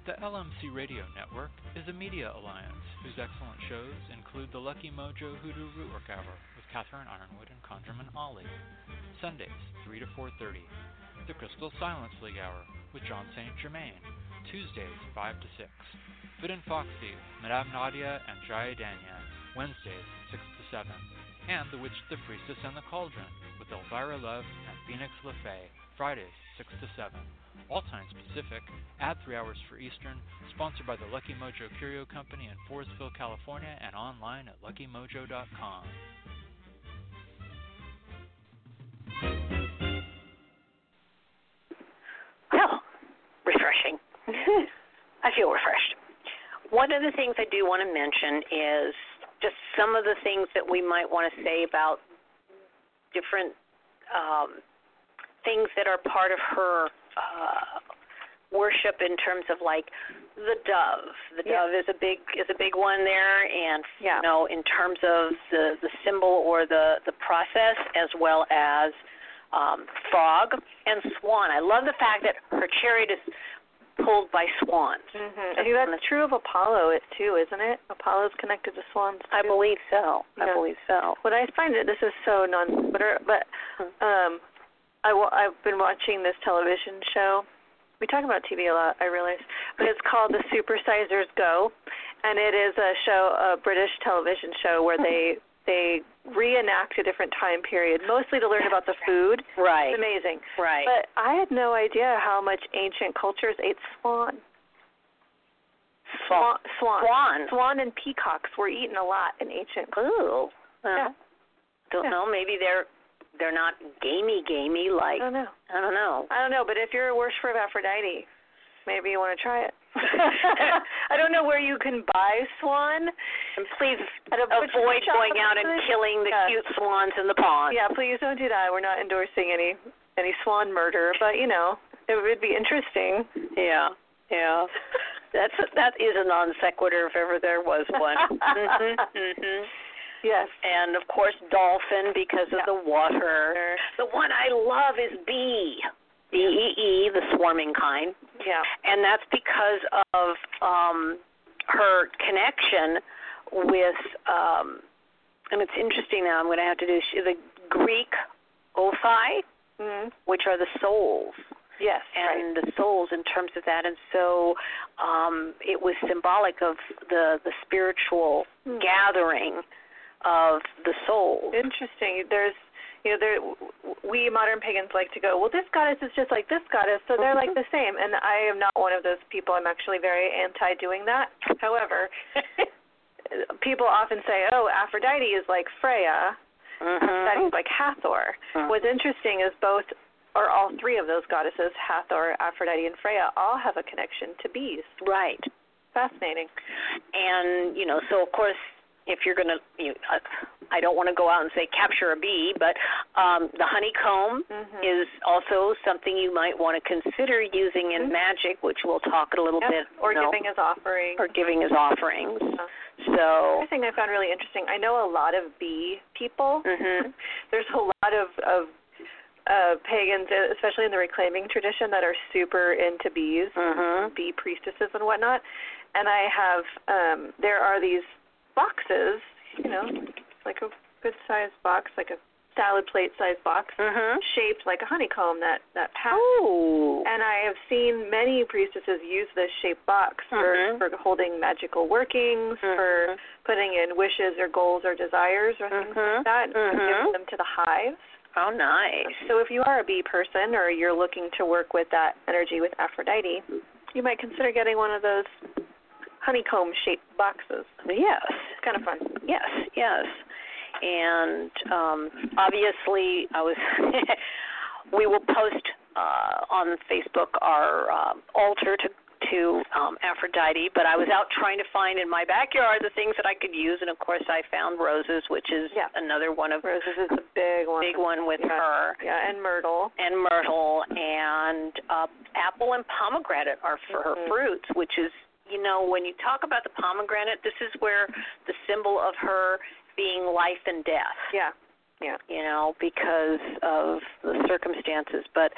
Speaker 4: The LMC Radio Network is a media alliance whose excellent shows include the Lucky Mojo Hoodoo Rootwork Hour with Catherine Ironwood and Conjurman Ollie, Sundays 3 to 4:30, the Crystal Silence League Hour with John St. Germain, Tuesdays 5 to 6, Fit and Foxy, Madame Nadia and Jaya Danya, Wednesdays 6 to 7, and The Witch, the Priestess, and the Cauldron with Elvira Love and Phoenix LaFay, Fridays 6 to 7 all times Pacific, add three hours for Eastern, sponsored by the Lucky Mojo Curio Company in Forestville, California, and online at luckymojo.com.
Speaker 2: Well, refreshing. I feel refreshed. One of the things I do want to mention is just some of the things that we might want to say about different um, things that are part of her uh, worship in terms of like the dove. The
Speaker 3: Yeah.
Speaker 2: dove is a big is a big one there, and
Speaker 3: Yeah.
Speaker 2: you know in terms of the the symbol or the the process as well as um, frog and swan. I love the fact that her chariot is pulled by swans.
Speaker 3: Mm-hmm. I think that's true of Apollo it too, isn't it? Apollo's connected to swans.
Speaker 2: I
Speaker 3: too.
Speaker 2: believe so.
Speaker 3: Yeah.
Speaker 2: I believe so.
Speaker 3: What I find that this is so non Twitter, but
Speaker 2: Hmm.
Speaker 3: um, I wa- I've been watching this television show. We talk about TV a lot, I realize, but it's called The Supersizers Go, and it is a show, a British television show where
Speaker 2: Hmm.
Speaker 3: they they reenact a different time period, mostly to learn about the food.
Speaker 2: Right.
Speaker 3: It's amazing.
Speaker 2: Right.
Speaker 3: But I had no idea how much ancient cultures ate swan.
Speaker 2: swan.
Speaker 3: Swan.
Speaker 2: Swan.
Speaker 3: Swan and peacocks were eaten a lot in ancient cultures.
Speaker 2: Ooh.
Speaker 3: Yeah.
Speaker 2: Well, Don't
Speaker 3: Yeah.
Speaker 2: know. Maybe they're they're not gamey gamey
Speaker 3: I
Speaker 2: like
Speaker 3: don't know.
Speaker 2: I don't know.
Speaker 3: I don't know, but if you're a worshiper of Aphrodite, maybe you want to try it. I don't know where you can buy swan.
Speaker 2: And please
Speaker 3: At a butcher
Speaker 2: avoid
Speaker 3: shop
Speaker 2: going
Speaker 3: or
Speaker 2: out and
Speaker 3: something.
Speaker 2: killing the
Speaker 3: Yeah.
Speaker 2: cute swans in the pond.
Speaker 3: Yeah, please don't do that. We're not endorsing any any swan murder, but you know, it would be interesting.
Speaker 2: Yeah. Yeah. That's that is a non sequitur if ever there was one. hmm hmm
Speaker 3: Yes.
Speaker 2: And of course dolphin because of
Speaker 3: Yeah.
Speaker 2: the water. The one I love is bee. B E E, the swarming kind.
Speaker 3: Yeah.
Speaker 2: and that's because of um her connection with um and it's interesting now I'm going to have to do she, the Greek othi
Speaker 3: Mm-hmm.
Speaker 2: which are the souls
Speaker 3: Yes. right.
Speaker 2: and the souls in terms of that and so um it was symbolic of the the spiritual
Speaker 3: Hmm.
Speaker 2: gathering of the souls
Speaker 3: Interesting. There's, you know, there w- w- we modern pagans like to go, well, this goddess is just like this goddess, so they're like the same. And I am not one of those people. I'm actually very anti doing that. However, people often say, oh, Aphrodite is like Freya, that
Speaker 2: Mhm.
Speaker 3: is like Hathor.
Speaker 2: Mhm.
Speaker 3: What's interesting is both. Or all three of those goddesses, Hathor, Aphrodite, and Freya, all have a connection to bees.
Speaker 2: right
Speaker 3: Fascinating.
Speaker 2: and you know so of course if you're going to you uh, I don't want to go out and say capture a bee but um the honeycomb
Speaker 3: Mm-hmm.
Speaker 2: is also something you might want to consider using in
Speaker 3: Mhm.
Speaker 2: magic which we'll talk a little bit
Speaker 3: or
Speaker 2: you know,
Speaker 3: giving Uh-huh. as offering.
Speaker 2: or giving as offerings
Speaker 3: Yeah.
Speaker 2: so
Speaker 3: Another thing I found really interesting. I know a lot of bee people.
Speaker 2: mhm
Speaker 3: There's a lot of of uh, pagans, especially in the reclaiming tradition, that are super into bees,
Speaker 2: mhm
Speaker 3: bee priestesses and whatnot. And I have um, there are these boxes, you know, like a good sized box, like a salad plate sized box,
Speaker 2: mhm
Speaker 3: shaped like a honeycomb that that pattern.
Speaker 2: oh
Speaker 3: And I have seen many priestesses use this shaped box for,
Speaker 2: Mhm.
Speaker 3: for holding magical workings, for
Speaker 2: mhm
Speaker 3: putting in wishes or goals or desires or things
Speaker 2: Mhm.
Speaker 3: like that, and
Speaker 2: Mhm.
Speaker 3: giving them to the hives.
Speaker 2: oh nice
Speaker 3: So if you are a bee person or you're looking to work with that energy with Aphrodite, you might consider getting one of those honeycomb shaped boxes.
Speaker 2: yes
Speaker 3: It's kind of fun.
Speaker 2: Yes, yes. And um, obviously, I was. we will post uh, on Facebook our uh, altar to to um, Aphrodite, but I was out trying to find in my backyard the things that I could use, and of course, I found roses, which is
Speaker 3: Yeah.
Speaker 2: another one of
Speaker 3: Roses is a big one.
Speaker 2: big one with
Speaker 3: Yeah.
Speaker 2: her
Speaker 3: Yeah, and myrtle.
Speaker 2: and myrtle and uh, apple and pomegranate are for her
Speaker 3: Mhm.
Speaker 2: fruits, which is you know, when you talk about the pomegranate, this is where the symbol of her being life and death.
Speaker 3: Yeah. Yeah.
Speaker 2: you know, because of the circumstances. But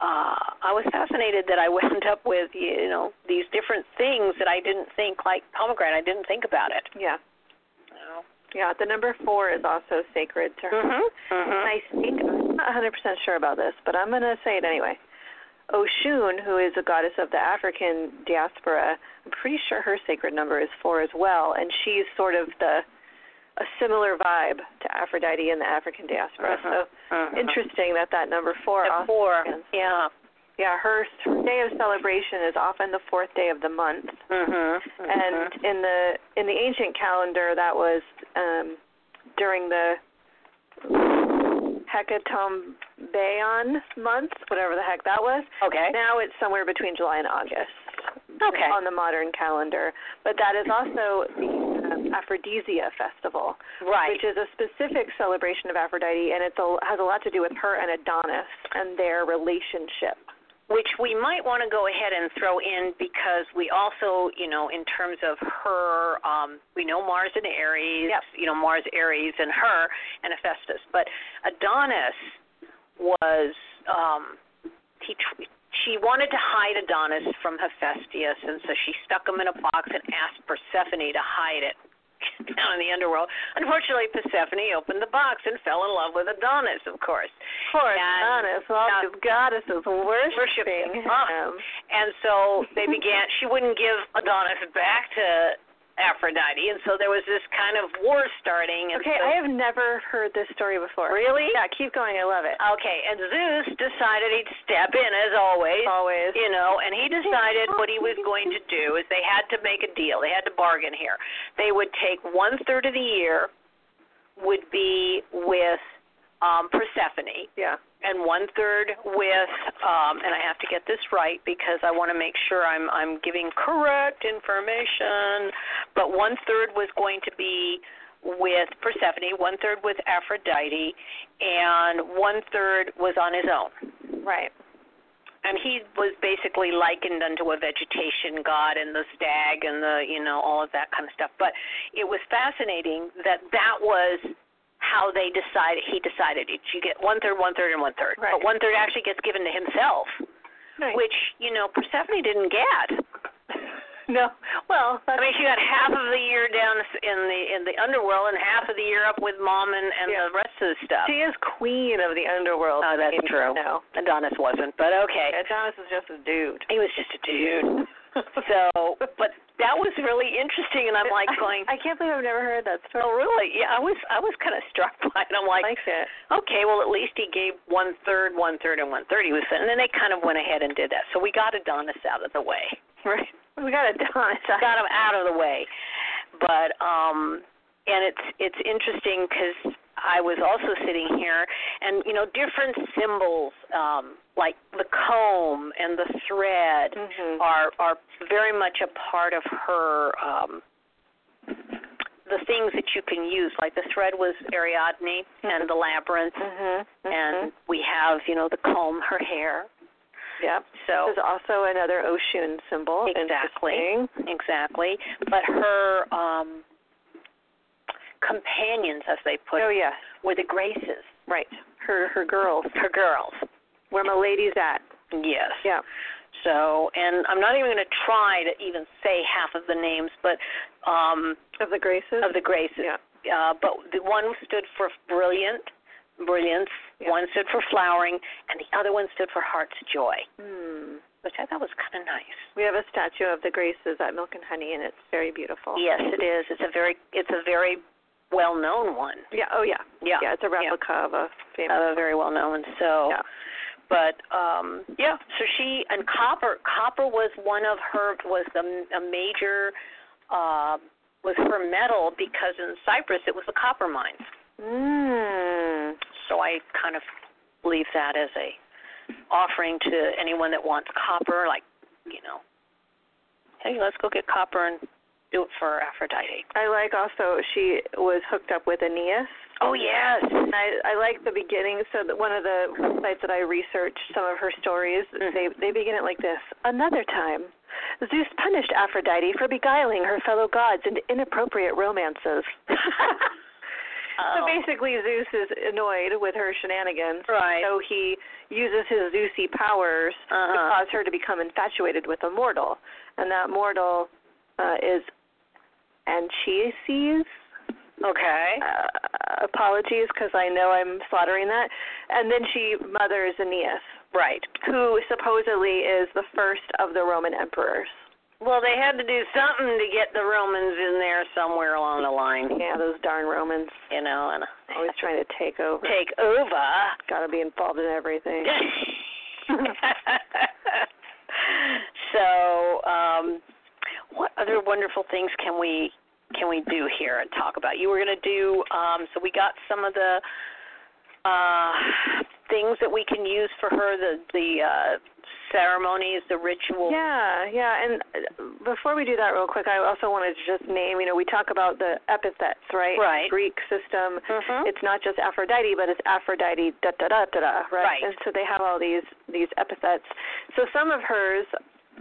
Speaker 2: uh, I was fascinated that I wound up with, you know, these different things that I didn't think, like pomegranate, I didn't think about it.
Speaker 3: Yeah.
Speaker 2: Mm-hmm.
Speaker 3: Yeah. The number four is also sacred to her.
Speaker 2: Mhm.
Speaker 3: And
Speaker 2: Mhm.
Speaker 3: I think I'm not 100 percent sure about this, but I'm gonna say it anyway. Oshun, who is a goddess of the African diaspora, I'm pretty sure her sacred number is four as well, and she's sort of the a similar vibe to Aphrodite in the African diaspora.
Speaker 2: Uh-huh.
Speaker 3: So
Speaker 2: Uh-huh.
Speaker 3: interesting that that number four.
Speaker 2: At
Speaker 3: also
Speaker 2: four.
Speaker 3: happens.
Speaker 2: Yeah.
Speaker 3: Yeah, her, her day of celebration is often the fourth day of the month,
Speaker 2: Mhm.
Speaker 3: and
Speaker 2: Mhm.
Speaker 3: in the in the ancient calendar, that was um, during the Hecatombeon month, whatever the heck that was.
Speaker 2: okay.
Speaker 3: Now it's somewhere between July and August
Speaker 2: Okay.
Speaker 3: on the modern calendar, but that is also the um, Aphrodisia festival,
Speaker 2: Right.
Speaker 3: which is a specific celebration of Aphrodite, and it's a, has a lot to do with her and Adonis and their relationship.
Speaker 2: which we might want to go ahead and throw in because we also, you know, in terms of her, um, we know Mars and Aries,
Speaker 3: Yep.
Speaker 2: you know, Mars, Aries, and her, and Hephaestus. But Adonis was, um, he, tr- she wanted to hide Adonis from Hephaestus, and so she stuck him in a box and asked Persephone to hide it down in the underworld. Unfortunately, Persephone opened the box and fell in love with Adonis, of course.
Speaker 3: course,
Speaker 2: And-
Speaker 3: honest, all
Speaker 2: yeah.
Speaker 3: these goddesses
Speaker 2: Worshiping him.
Speaker 3: worshiping him.
Speaker 2: And so they began, she wouldn't give Adonis back to Aphrodite. And so there was this kind of war starting. And
Speaker 3: Okay,
Speaker 2: so,
Speaker 3: I have never heard this story before.
Speaker 2: Really? Uh,
Speaker 3: Yeah, keep going. I love it.
Speaker 2: Okay, and Zeus decided he'd step in as always.
Speaker 3: Always.
Speaker 2: You know, and he decided what he was going to do is they had to make a deal. They had to bargain here. They would take one third of the year would be with um Persephone
Speaker 3: Yeah.
Speaker 2: and one third with um and I have to get this right because I want to make sure I'm I'm giving correct information. But one third was going to be with Persephone, one third with Aphrodite, and one third was on his own.
Speaker 3: Right.
Speaker 2: And he was basically likened unto a vegetation god and the stag and the you know all of that kind of stuff. But it was fascinating that that was how they decided. He decided you get one third, one third, and one third.
Speaker 3: Right.
Speaker 2: But one third actually gets given to himself,
Speaker 3: Nice.
Speaker 2: which you know Persephone didn't get.
Speaker 3: no. Well,
Speaker 2: I
Speaker 3: that's,
Speaker 2: mean, she got half of the year down in the in the underworld and half of the year up with mom and and
Speaker 3: Yeah.
Speaker 2: the rest of the stuff.
Speaker 3: she is queen of the underworld.
Speaker 2: Oh, that's
Speaker 3: You
Speaker 2: true.
Speaker 3: know.
Speaker 2: Adonis wasn't, but okay.
Speaker 3: Adonis is just a dude.
Speaker 2: He was just a dude. So, but that was really interesting, and I'm like going,
Speaker 3: I, I can't believe I've never heard that story.
Speaker 2: oh really? Yeah, I was I was kind of struck by it. I'm like,
Speaker 3: like it.
Speaker 2: okay, well at least he gave one third, one third, and one third. He was, and then they kind of went ahead and did that. So we got Adonis out of the way.
Speaker 3: Right. We got Adonis.
Speaker 2: got him out of the way. But um, and it's it's interesting because I was also sitting here, and you know different symbols um, like the comb and the thread
Speaker 3: Mhm.
Speaker 2: are are very much a part of her um the things that you can use like the thread was Ariadne and the labyrinth
Speaker 3: Mhm.
Speaker 2: and
Speaker 3: Mhm.
Speaker 2: we have you know the comb her hair
Speaker 3: Mm-hmm. Yep.
Speaker 2: so
Speaker 3: There's also another Oshun
Speaker 2: Oh.
Speaker 3: symbol.
Speaker 2: Exactly.
Speaker 3: Interesting.
Speaker 2: exactly but her um companions as they put
Speaker 3: Oh
Speaker 2: it
Speaker 3: yes.
Speaker 2: were the graces
Speaker 3: Right. Her her girls.
Speaker 2: her girls
Speaker 3: Where my lady's at.
Speaker 2: yes
Speaker 3: Yeah.
Speaker 2: so and I'm not even going to try to even say half of the names but um
Speaker 3: Of the graces.
Speaker 2: of the graces
Speaker 3: yeah.
Speaker 2: uh, but the one stood for brilliant, brilliance.
Speaker 3: Yeah.
Speaker 2: One stood for flowering, and the other one stood for heart's joy,
Speaker 3: Hmm.
Speaker 2: which I thought was kind of nice.
Speaker 3: We have a statue of the Graces at Milk and Honey, and it's very beautiful.
Speaker 2: Yes, it is. It's a very, it's a very well-known one.
Speaker 3: Yeah. Oh, yeah.
Speaker 2: Yeah,
Speaker 3: Yeah. It's a replica of a famous.
Speaker 2: Uh, very well-known one. So,
Speaker 3: Yeah.
Speaker 2: but um, yeah. So she and copper, copper was one of her was the a major. Uh, was her metal because in Cyprus it was the copper mines.
Speaker 3: Mm.
Speaker 2: So I kind of leave that as a offering to anyone that wants copper, like, you know, hey, let's go get copper and do it for Aphrodite.
Speaker 3: I like also she was hooked up with Aeneas.
Speaker 2: Oh yes.
Speaker 3: And I, I like the beginning. So that one of the websites that I researched some of her stories,
Speaker 2: Mhm.
Speaker 3: they they begin it like this. Another time,
Speaker 5: Zeus punished Aphrodite for beguiling her fellow gods into inappropriate romances.
Speaker 2: Oh.
Speaker 3: So basically, Zeus is annoyed with her shenanigans.
Speaker 2: Right.
Speaker 3: So he uses his Zeusy powers to
Speaker 2: Uh-huh.
Speaker 3: cause her to become infatuated with a mortal, and that mortal uh, is Anchises.
Speaker 2: okay.
Speaker 3: Uh, apologies, because I know I'm slaughtering that. And then she mothers Aeneas,
Speaker 2: Right.
Speaker 3: who supposedly is the first of the Roman emperors.
Speaker 2: Well, they had to do something to get the Romans in there somewhere along the line,
Speaker 3: Yeah, those darn Romans
Speaker 2: you know, and
Speaker 3: always trying to take over.
Speaker 2: take over.
Speaker 3: Got to be involved in everything.
Speaker 2: so, um, what other wonderful things can we can we do here and talk about? You were going to do um, so. We got some of the uh, things that we can use for her. The the uh, ceremonies, the ritual.
Speaker 3: Yeah, yeah. And uh, before we do that, real quick, I also wanted to just name. You know, we talk about the epithets, right?
Speaker 2: Right.
Speaker 3: Greek system.
Speaker 2: Mhm.
Speaker 3: It's not just Aphrodite, but it's Aphrodite da da da da da, right?
Speaker 2: Right.
Speaker 3: And so they have all these these epithets. So some of hers,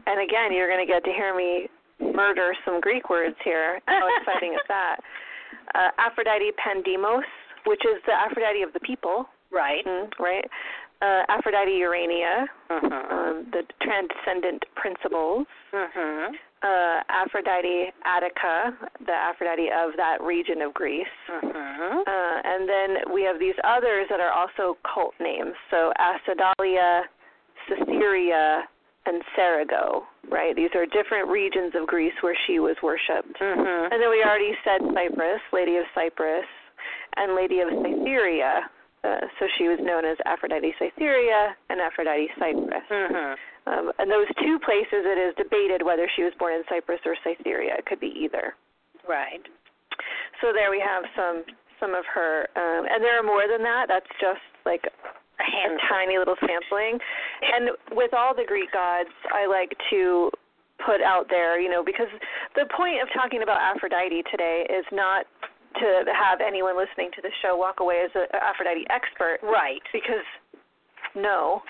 Speaker 3: and again, you're going to get to hear me murder some Greek words here. How exciting is that? Uh, Aphrodite Pandemos, which is the Aphrodite of the people,
Speaker 2: Right.
Speaker 3: mm, right? Uh, Aphrodite Urania,
Speaker 2: Mhm.
Speaker 3: um, the transcendent principles,
Speaker 2: Mhm.
Speaker 3: uh, Aphrodite Attica, the Aphrodite of that region of Greece.
Speaker 2: Mhm.
Speaker 3: Uh, and then we have these others that are also cult names, so Acidalia, Caesarea, and Sarago, right? These are different regions of Greece where she was worshipped.
Speaker 2: Mhm.
Speaker 3: And then we already said Cyprus, Lady of Cyprus, and Lady of Cytherea. Uh, so she was known as Aphrodite Cytherea and Aphrodite Cyprus.
Speaker 2: Mhm.
Speaker 3: Um, and those two places, it is debated whether she was born in Cyprus or Cytherea. It could be either.
Speaker 2: Right.
Speaker 3: So there we have some some of her, um, and there are more than that. That's just like
Speaker 2: A
Speaker 3: a
Speaker 2: hand.
Speaker 3: tiny little sampling. And with all the Greek gods, I like to put out there, you know, because the point of talking about Aphrodite today is not to have anyone listening to the show walk away as an Aphrodite expert,
Speaker 2: Right.
Speaker 3: because no,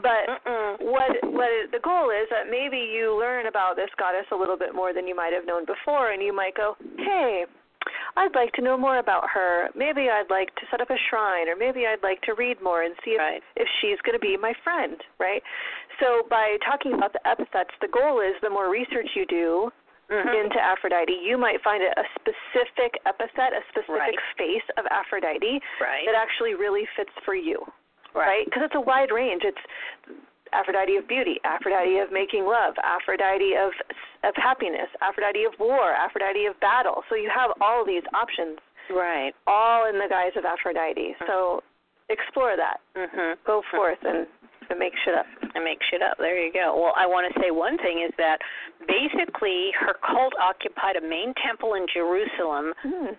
Speaker 3: but
Speaker 2: Mm-hmm.
Speaker 3: what what it, the goal is that maybe you learn about this goddess a little bit more than you might have known before and you might go hey i'd like to know more about her maybe i'd like to set up a shrine or maybe i'd like to read more and see if,
Speaker 2: Right.
Speaker 3: if she's going to be my friend right so by talking about the epithets the goal is the more research you do
Speaker 2: Mhm.
Speaker 3: into Aphrodite, you might find a, a specific epithet, a specific
Speaker 2: Right.
Speaker 3: face of Aphrodite
Speaker 2: Right.
Speaker 3: that actually really fits for you
Speaker 2: Right.
Speaker 3: right? Because it's a wide range. It's Aphrodite of beauty, Aphrodite of making love, Aphrodite of of happiness, Aphrodite of war, Aphrodite of battle. So you have all these options,
Speaker 2: Right.
Speaker 3: all in the guise of Aphrodite. So explore that.
Speaker 2: Mhm.
Speaker 3: Go forth and, and make shit up.
Speaker 2: and make shit up. There you go. Well, I want to say one thing is that basically her cult occupied a main temple in Jerusalem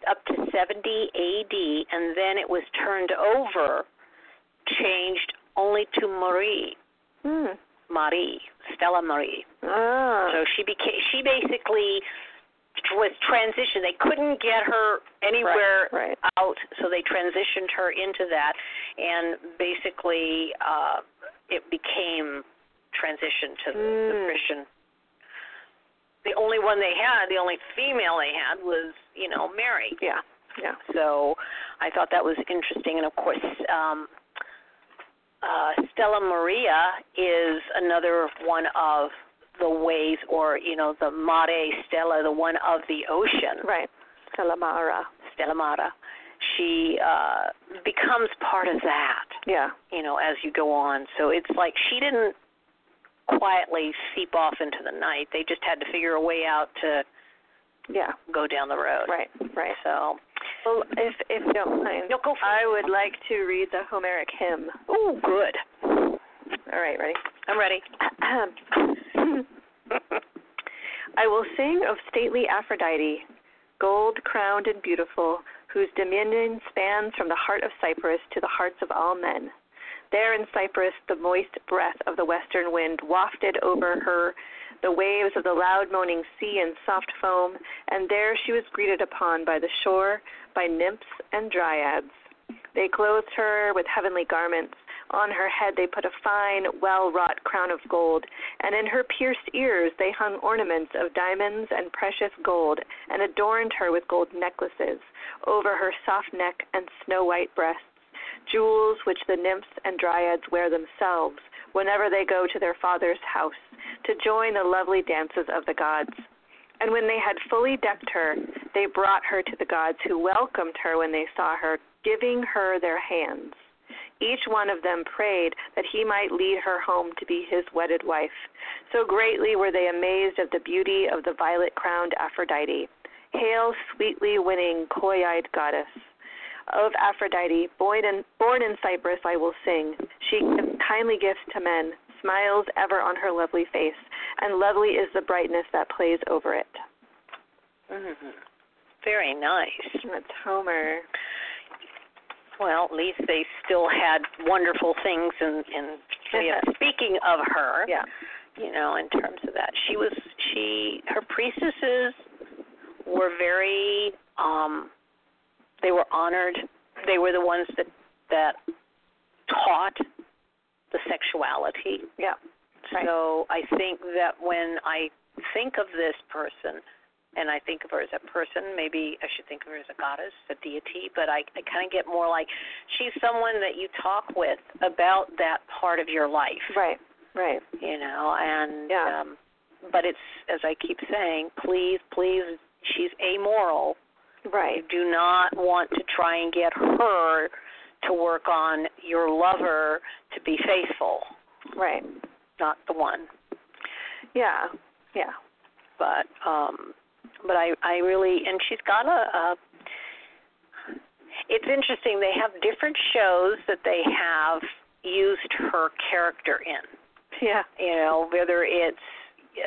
Speaker 2: up to 70 AD, and then it was turned over, changed only to Marie,
Speaker 3: Hmm.
Speaker 2: Marie, Stella Marie.
Speaker 3: Ah.
Speaker 2: So she became she basically was transitioned. They couldn't get her anywhere
Speaker 3: Right, right.
Speaker 2: out, so they transitioned her into that, and basically uh, it became transitioned to the, the
Speaker 3: Mm.
Speaker 2: Christian. The only one they had, the only female they had was you know Mary.
Speaker 3: Yeah. Yeah.
Speaker 2: So I thought that was interesting. And of course, um, uh, Stella Maria is another one of the ways, or, you know, the Mare Stella, the one of the ocean,
Speaker 3: Right. Salamara.
Speaker 2: Stella Mara. She uh, becomes part of that,
Speaker 3: Yeah.
Speaker 2: you know, as you go on. So it's like she didn't quietly seep off into the night. They just had to figure a way out to
Speaker 3: Yeah.
Speaker 2: go down the road.
Speaker 3: Right. Right.
Speaker 2: So,
Speaker 3: Well, if if you don't mind,
Speaker 2: No, go for
Speaker 3: I would like to read the Homeric hymn.
Speaker 2: oh, good.
Speaker 3: All right, ready?
Speaker 2: I'm ready.
Speaker 3: I will sing of stately Aphrodite, gold crowned and beautiful, whose dominion spans from the heart of Cyprus to the hearts of all men. There in Cyprus, the moist breath of the western wind wafted over her the waves of the loud moaning sea and soft foam, and there she was greeted upon by the shore, by nymphs and dryads. They clothed her with heavenly garments, On her head they put a fine, well wrought crown of gold, and in her pierced ears they hung ornaments of diamonds and precious gold, and adorned her with gold necklaces over her soft neck and snow white breasts, jewels which the nymphs and dryads wear themselves whenever they go to their father's house to join the lovely dances of the gods. And when they had fully decked her, they brought her to the gods, who welcomed her when they saw her, giving her their hands. Each one of them prayed that he might lead her home to be his wedded wife. So greatly were they amazed at the beauty of the violet crowned Aphrodite. Hail, sweetly winning, coy eyed goddess! Of Aphrodite, born in, born in Cyprus, I will sing. She gives kindly gifts to men, smiles ever on her lovely face, and lovely is the brightness that plays over it.
Speaker 2: hmm Very nice.
Speaker 3: And that's Homer.
Speaker 2: Well, at least they still had wonderful things and and way of speaking of her.
Speaker 3: Yeah.
Speaker 2: You know, in terms of that, she was she her priestesses were very um they were honored. They were the ones that that taught the sexuality.
Speaker 3: Yeah. Right.
Speaker 2: So I think that when I think of this person, and I think of her as a person, maybe I should think of her as a goddess, a deity, but I, I kind of get more like she's someone that you talk with about that part of your life,
Speaker 3: Right. Right.
Speaker 2: you know, and
Speaker 3: Yeah.
Speaker 2: um, but it's as I keep saying, please, please, she's amoral. You
Speaker 3: Right.
Speaker 2: do not want to try and get her to work on your lover to be faithful,
Speaker 3: Right.
Speaker 2: not the one.
Speaker 3: Yeah. Yeah.
Speaker 2: but um but i i really and she's got a, a it's interesting they have different shows that they have used her character in
Speaker 3: Yeah.
Speaker 2: you know whether it's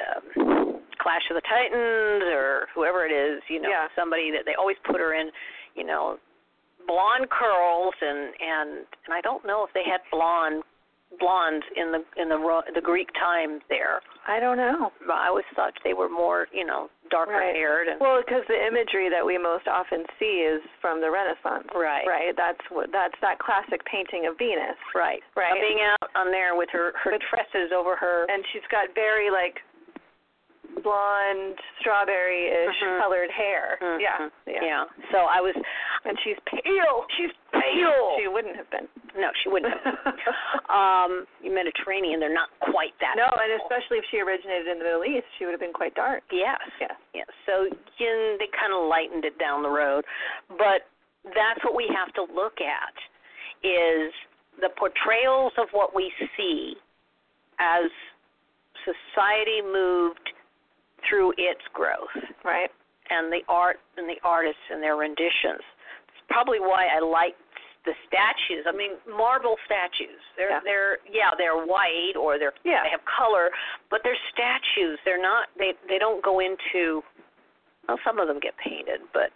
Speaker 2: um, clash of the titans or whoever it is you know
Speaker 3: Yeah.
Speaker 2: somebody that they always put her in you know blonde curls and and and i don't know if they had blonde blondes in the in the Ro- the greek times there
Speaker 3: I don't know.
Speaker 2: I always thought they were more, you know, darker
Speaker 3: Right.
Speaker 2: haired and
Speaker 3: Well, because the imagery that we most often see is from the Renaissance.
Speaker 2: right,
Speaker 3: Right. That's what. That's that classic painting of Venus.
Speaker 2: right,
Speaker 3: Right.
Speaker 2: Now, being out on there with her her tresses over her,
Speaker 3: And she's got very like blonde, strawberry-ish
Speaker 2: Mhm.
Speaker 3: colored hair.
Speaker 2: Mhm.
Speaker 3: Yeah.
Speaker 2: yeah.
Speaker 3: Mm-hmm. Yeah.
Speaker 2: So I was
Speaker 3: And she's
Speaker 2: pale. She's pale.
Speaker 3: She wouldn't have been.
Speaker 2: no, she wouldn't. have. um, Mediterranean, they're not quite that.
Speaker 3: no, and
Speaker 2: pale.
Speaker 3: especially if she originated in the Middle East, she would have been quite dark.
Speaker 2: Yes.
Speaker 3: Yeah.
Speaker 2: Yeah. So again, they kind of lightened it down the road, but that's what we have to look at is the portrayals of what we see as society moved through its growth
Speaker 3: Right.
Speaker 2: and the art and the artists and their renditions. It's probably why I like the statues. I mean, marble statues. They're
Speaker 3: Yeah.
Speaker 2: they're yeah, they're white or they're
Speaker 3: Yeah.
Speaker 2: they have color, but they're statues. They're not they they don't go into well, some of them get painted, but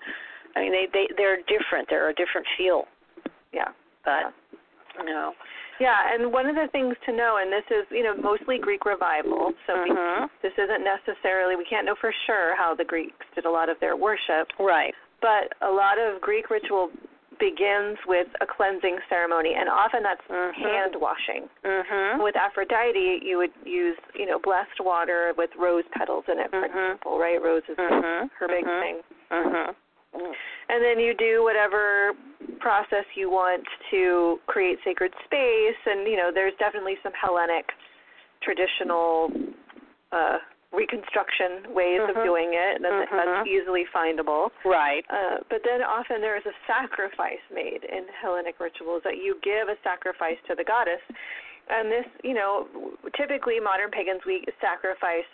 Speaker 2: I mean they they they're different. They're a different feel.
Speaker 3: Yeah.
Speaker 2: But you know.
Speaker 3: Yeah, and one of the things to know, and this is, you know, mostly Greek revival, so we-
Speaker 2: Mhm.
Speaker 3: this isn't necessarily, we can't know for sure how the Greeks did a lot of their worship,
Speaker 2: Right.
Speaker 3: but a lot of Greek ritual begins with a cleansing ceremony, and often that's
Speaker 2: Mhm.
Speaker 3: hand washing.
Speaker 2: Mhm.
Speaker 3: With Aphrodite, you would use, you know, blessed water with rose petals in it, for
Speaker 2: Mhm.
Speaker 3: example, right? Rose is
Speaker 2: Mhm.
Speaker 3: her big
Speaker 2: Mhm.
Speaker 3: thing. Mm-hmm.
Speaker 2: Mhm.
Speaker 3: And then you do whatever process you want to create sacred space. And, you know, there's definitely some Hellenic traditional uh, reconstruction ways
Speaker 2: Mhm.
Speaker 3: of doing it that,
Speaker 2: Mhm.
Speaker 3: that's easily findable.
Speaker 2: Right.
Speaker 3: Uh, but then often there is a sacrifice made in Hellenic rituals that you give a sacrifice to the goddess. And this, you know, w- typically modern pagans, we sacrifice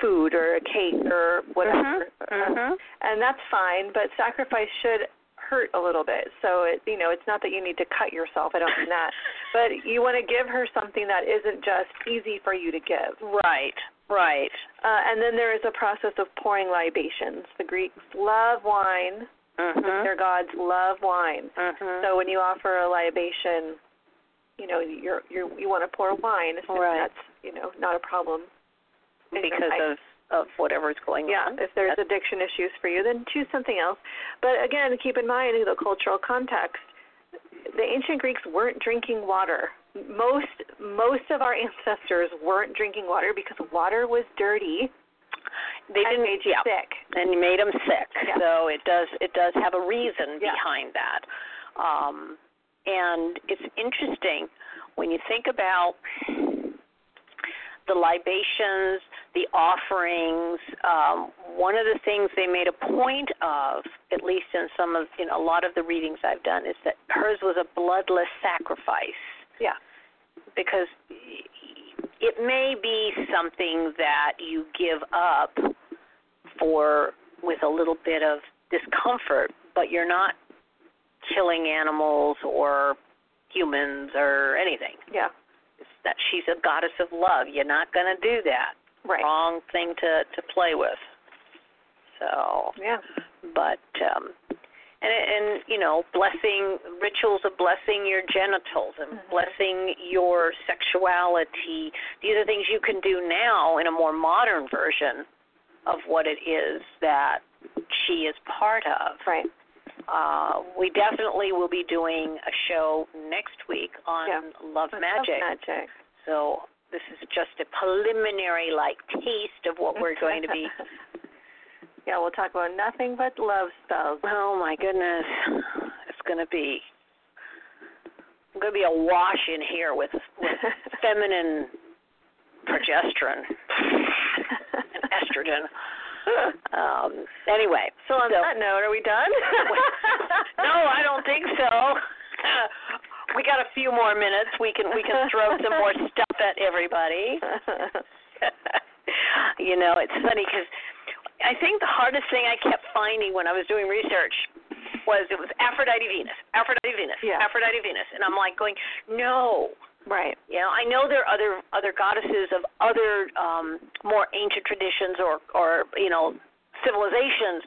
Speaker 3: food or a cake or whatever. uh,
Speaker 2: Mhm.
Speaker 3: and that's fine but sacrifice should hurt a little bit so it you know it's not that you need to cut yourself i don't mean that but you want to give her something that isn't just easy for you to give
Speaker 2: Right. Right.
Speaker 3: uh, and then there is a process of pouring libations the greeks love wine
Speaker 2: Mhm.
Speaker 3: their gods love wine
Speaker 2: Mhm.
Speaker 3: so when you offer a libation you know you're, you're you want to pour wine so
Speaker 2: Right.
Speaker 3: that's you know not a problem in your
Speaker 2: because
Speaker 3: life.
Speaker 2: of of whatever's going
Speaker 3: yeah,
Speaker 2: on.
Speaker 3: if there's
Speaker 2: That's-
Speaker 3: addiction issues for you, then choose something else. But again, keep in mind the cultural context. The ancient Greeks weren't drinking water. most most of our ancestors weren't drinking water because water was dirty
Speaker 2: They
Speaker 3: and
Speaker 2: didn't
Speaker 3: made you
Speaker 2: yeah.
Speaker 3: sick.
Speaker 2: and you made them sick.
Speaker 3: Yeah.
Speaker 2: So it does it does have a reason
Speaker 3: Yeah.
Speaker 2: behind that. Um, and it's interesting when you think about the libations, the offerings. Um, one of the things they made a point of, at least in some of in a lot of the readings I've done, is that hers was a bloodless sacrifice
Speaker 3: Yeah.
Speaker 2: because it may be something that you give up for with a little bit of discomfort, but you're not killing animals or humans or anything.
Speaker 3: Yeah.
Speaker 2: It's that she's a goddess of love. You're not going to do that.
Speaker 3: Right.
Speaker 2: Wrong thing to to play with. So
Speaker 3: Yeah.
Speaker 2: but um and and you know blessing rituals of blessing your genitals and
Speaker 3: Mhm.
Speaker 2: blessing your sexuality these are things you can do now in a more modern version of what it is that she is part of
Speaker 3: Right.
Speaker 2: uh we definitely will be doing a show next week on
Speaker 3: Yeah.
Speaker 2: love magic
Speaker 3: Magic.
Speaker 2: so this is just a preliminary like taste of what we're going to be
Speaker 3: yeah, we'll talk about nothing but love spells.
Speaker 2: Oh my goodness, it's gonna be I'm gonna be a wash in here with with feminine progesterone and estrogen. Um, anyway,
Speaker 3: So on
Speaker 2: So-
Speaker 3: that note, are we done?
Speaker 2: no, I don't think so. we got a few more minutes. We can we can throw some more stuff at everybody. you know, it's funny because I think the hardest thing I kept finding when I was doing research was it was Aphrodite Venus, Aphrodite Venus,
Speaker 3: Yeah.
Speaker 2: Aphrodite Venus, and I'm like going, no,
Speaker 3: right.
Speaker 2: you know, I know there are other other goddesses of other um, more ancient traditions or or you know civilizations,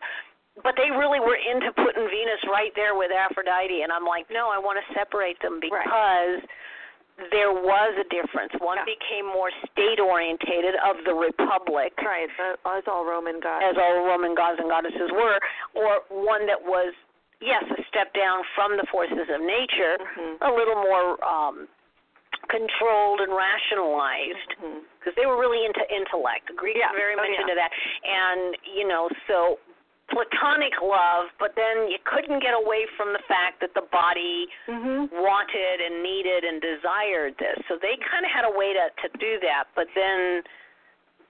Speaker 2: but they really were into putting Venus right there with Aphrodite, and I'm like, no, I want to separate them because. There was a difference. One
Speaker 3: Yeah.
Speaker 2: became more state orientated of the republic,
Speaker 3: Right. That, that's all Roman gods.
Speaker 2: as all Roman gods and goddesses were, or one that was, yes, a step down from the forces of nature,
Speaker 3: Mhm.
Speaker 2: a little more um, controlled and rationalized,
Speaker 3: Mhm.
Speaker 2: because they were really into intellect. The Greeks
Speaker 3: Yeah.
Speaker 2: were very
Speaker 3: Oh,
Speaker 2: much
Speaker 3: yeah.
Speaker 2: into that, and you know, so platonic love, but then you couldn't get away from the fact that the body
Speaker 3: Mhm.
Speaker 2: Mm-hmm. wanted and needed and desired this. So they kind of had a way to to do that, but then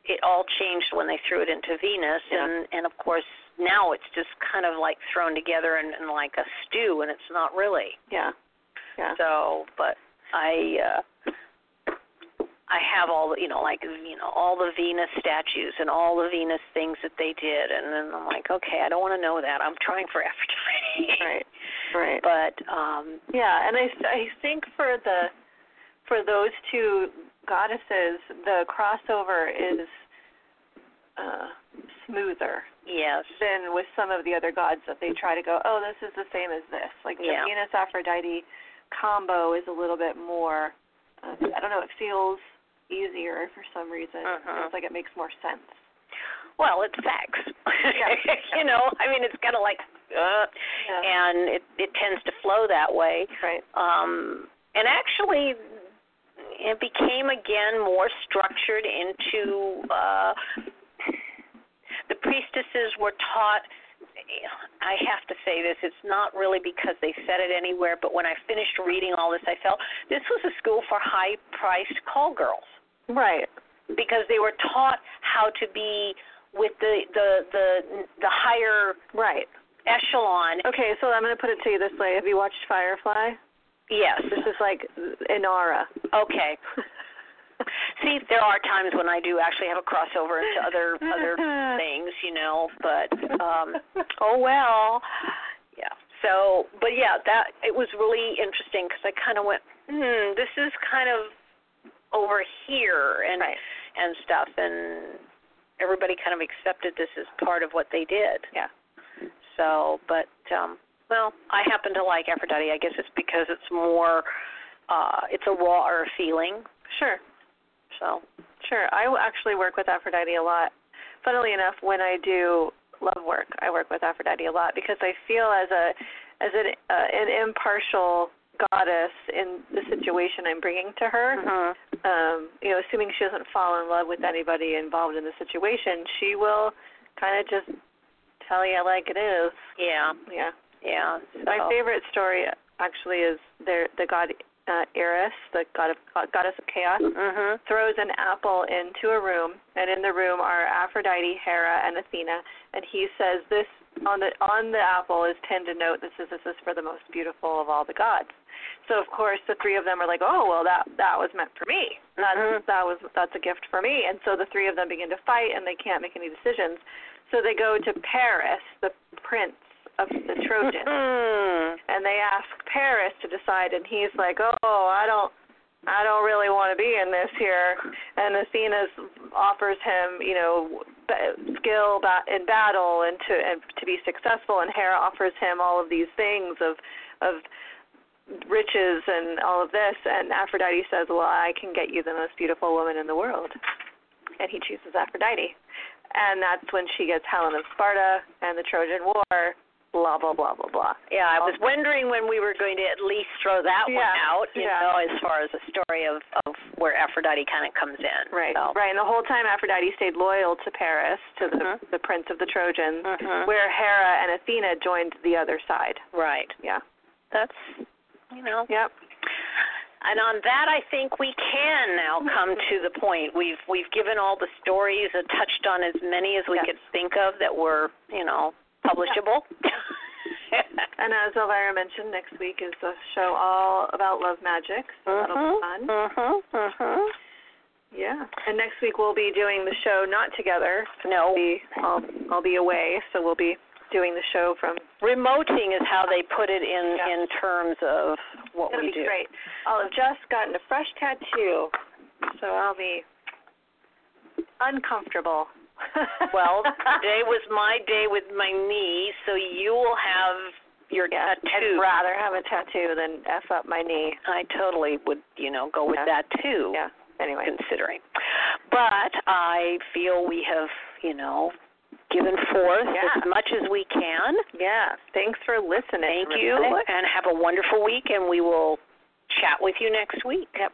Speaker 2: it all changed when they threw it into Venus
Speaker 3: Yeah.
Speaker 2: and and of course now it's just kind of like thrown together and, and like a stew and it's not really.
Speaker 3: Yeah. Yeah.
Speaker 2: So, but I uh I have all the, you know, like you know, all the Venus statues and all the Venus things that they did and then I'm like, okay, I don't want to know that. I'm trying for Aphrodite.
Speaker 3: Right. Right.
Speaker 2: But um
Speaker 3: Yeah, and I I think for the for those two goddesses, the crossover is uh smoother
Speaker 2: yes.
Speaker 3: than with some of the other gods that they try to go, oh, this is the same as this. Like the
Speaker 2: Yeah.
Speaker 3: Venus Aphrodite combo is a little bit more. Uh, I don't know. It feels easier for some reason.
Speaker 2: Uh-huh.
Speaker 3: It's like it makes more sense.
Speaker 2: Well, it's sex.
Speaker 3: Yeah. Uh-huh.
Speaker 2: you know, I mean, it's kind of like, uh,
Speaker 3: Yeah.
Speaker 2: and it it tends to flow that way.
Speaker 3: right.
Speaker 2: Um, and actually, it became again more structured into uh, the priestesses were taught. I have to say this, it's not really because they said it anywhere, but when I finished reading all this, I felt this was a school for high priced call girls
Speaker 3: Right.
Speaker 2: because they were taught how to be with the the the the higher
Speaker 3: Right.
Speaker 2: echelon.
Speaker 3: Okay, so I'm going to put it to you this way. Have you watched Firefly?
Speaker 2: Yes.
Speaker 3: This is like Inara.
Speaker 2: Okay. See, there are times when I do actually have a crossover into other other things, you know, but um oh well. Yeah. So, but yeah, that it was really interesting cuz I kind of went, "Hmm, this is kind of over here and
Speaker 3: Right.
Speaker 2: and stuff and everybody kind of accepted this as part of what they did.
Speaker 3: Yeah.
Speaker 2: So, but um well, I happen to like Aphrodite. I guess it's because it's more uh it's a rawer feeling.
Speaker 3: Sure,
Speaker 2: So,
Speaker 3: sure. I w- actually work with Aphrodite a lot. Funnily enough, when I do love work, I work with Aphrodite a lot because I feel as a as an uh, an impartial goddess in the situation I'm bringing to her.
Speaker 2: Mhm.
Speaker 3: Um, you know, assuming she doesn't fall in love with anybody involved in the situation, she will kind of just tell you like it is.
Speaker 2: Yeah.
Speaker 3: Yeah.
Speaker 2: Yeah. So,
Speaker 3: My favorite story actually is there the god uh, Eris, the god of god, goddess of chaos,
Speaker 2: Mhm.
Speaker 3: throws an apple into a room, and in the room are Aphrodite, Hera, and Athena, and he says this on the on the apple is ten to note this is this is for the most beautiful of all the gods. So of course the three of them are like, oh well that that was meant for me. That
Speaker 2: Mhm.
Speaker 3: that was that's a gift for me. And so the three of them begin to fight, and they can't make any decisions. So they go to Paris, the prince of the Trojans
Speaker 2: Mhm.
Speaker 3: and they ask Paris to decide, and he's like, "Oh, I don't, I don't really want to be in this here." And Athena offers him, you know, b- skill ba- in battle and to and to be successful, and Hera offers him all of these things of of riches and all of this, and Aphrodite says, "Well, I can get you the most beautiful woman in the world," and he chooses Aphrodite. And that's when she gets Helen of Sparta and the Trojan War, blah blah blah blah blah.
Speaker 2: Yeah, I was wondering when we were going to at least throw that one
Speaker 3: Yeah,
Speaker 2: out, you
Speaker 3: yeah.
Speaker 2: know, as far as the story of of where Aphrodite kind of comes in.
Speaker 3: Right,
Speaker 2: So.
Speaker 3: right. And the whole time Aphrodite stayed loyal to Paris, to the
Speaker 2: Mhm.
Speaker 3: the prince of the Trojans,
Speaker 2: Mhm.
Speaker 3: where Hera and Athena joined the other side.
Speaker 2: Right.
Speaker 3: Yeah.
Speaker 2: That's you know.
Speaker 3: Yep.
Speaker 2: And on that, I think we can now come to the point. We've we've given all the stories and touched on as many as we
Speaker 3: Yes.
Speaker 2: could think of that were you know publishable.
Speaker 3: And as Elvira mentioned, next week is a show all about love magic, so that'll be fun.
Speaker 2: Mhm.
Speaker 3: Mm-hmm.
Speaker 2: Mhm.
Speaker 3: Yeah. And next week we'll be doing the show not together.
Speaker 2: No,
Speaker 3: I'll be, I'll, I'll be away, so we'll be doing the show from.
Speaker 2: remoting is how they put it in
Speaker 3: Yeah.
Speaker 2: in terms of what
Speaker 3: It'll
Speaker 2: we
Speaker 3: be
Speaker 2: do.
Speaker 3: great. I'll have just gotten a fresh tattoo, so I'll be uncomfortable.
Speaker 2: Well, today was my day with my knee, so you will have your
Speaker 3: Yeah,
Speaker 2: tattoo.
Speaker 3: I'd rather have a tattoo than f up my knee.
Speaker 2: I totally would, you know, go with
Speaker 3: Yeah.
Speaker 2: that too.
Speaker 3: Yeah. Anyway.
Speaker 2: considering. But I feel we have, you know, given forth
Speaker 3: Yeah.
Speaker 2: as much as we can.
Speaker 3: Yeah. Thanks for listening.
Speaker 2: Thank you,
Speaker 3: everybody.
Speaker 2: and have a wonderful week, and we will chat with you next week. Yep.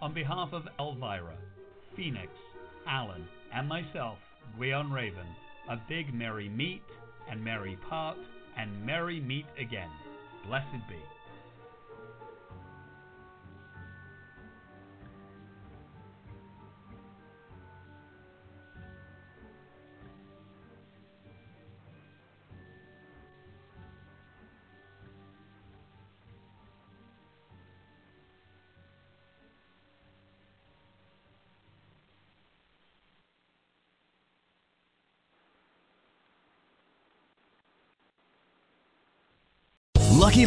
Speaker 1: On behalf of Elvira, Phoenix, Alan, and myself, Gwion Raven, a big merry meet and merry part and merry meet again. Blessed be.
Speaker 6: Lucky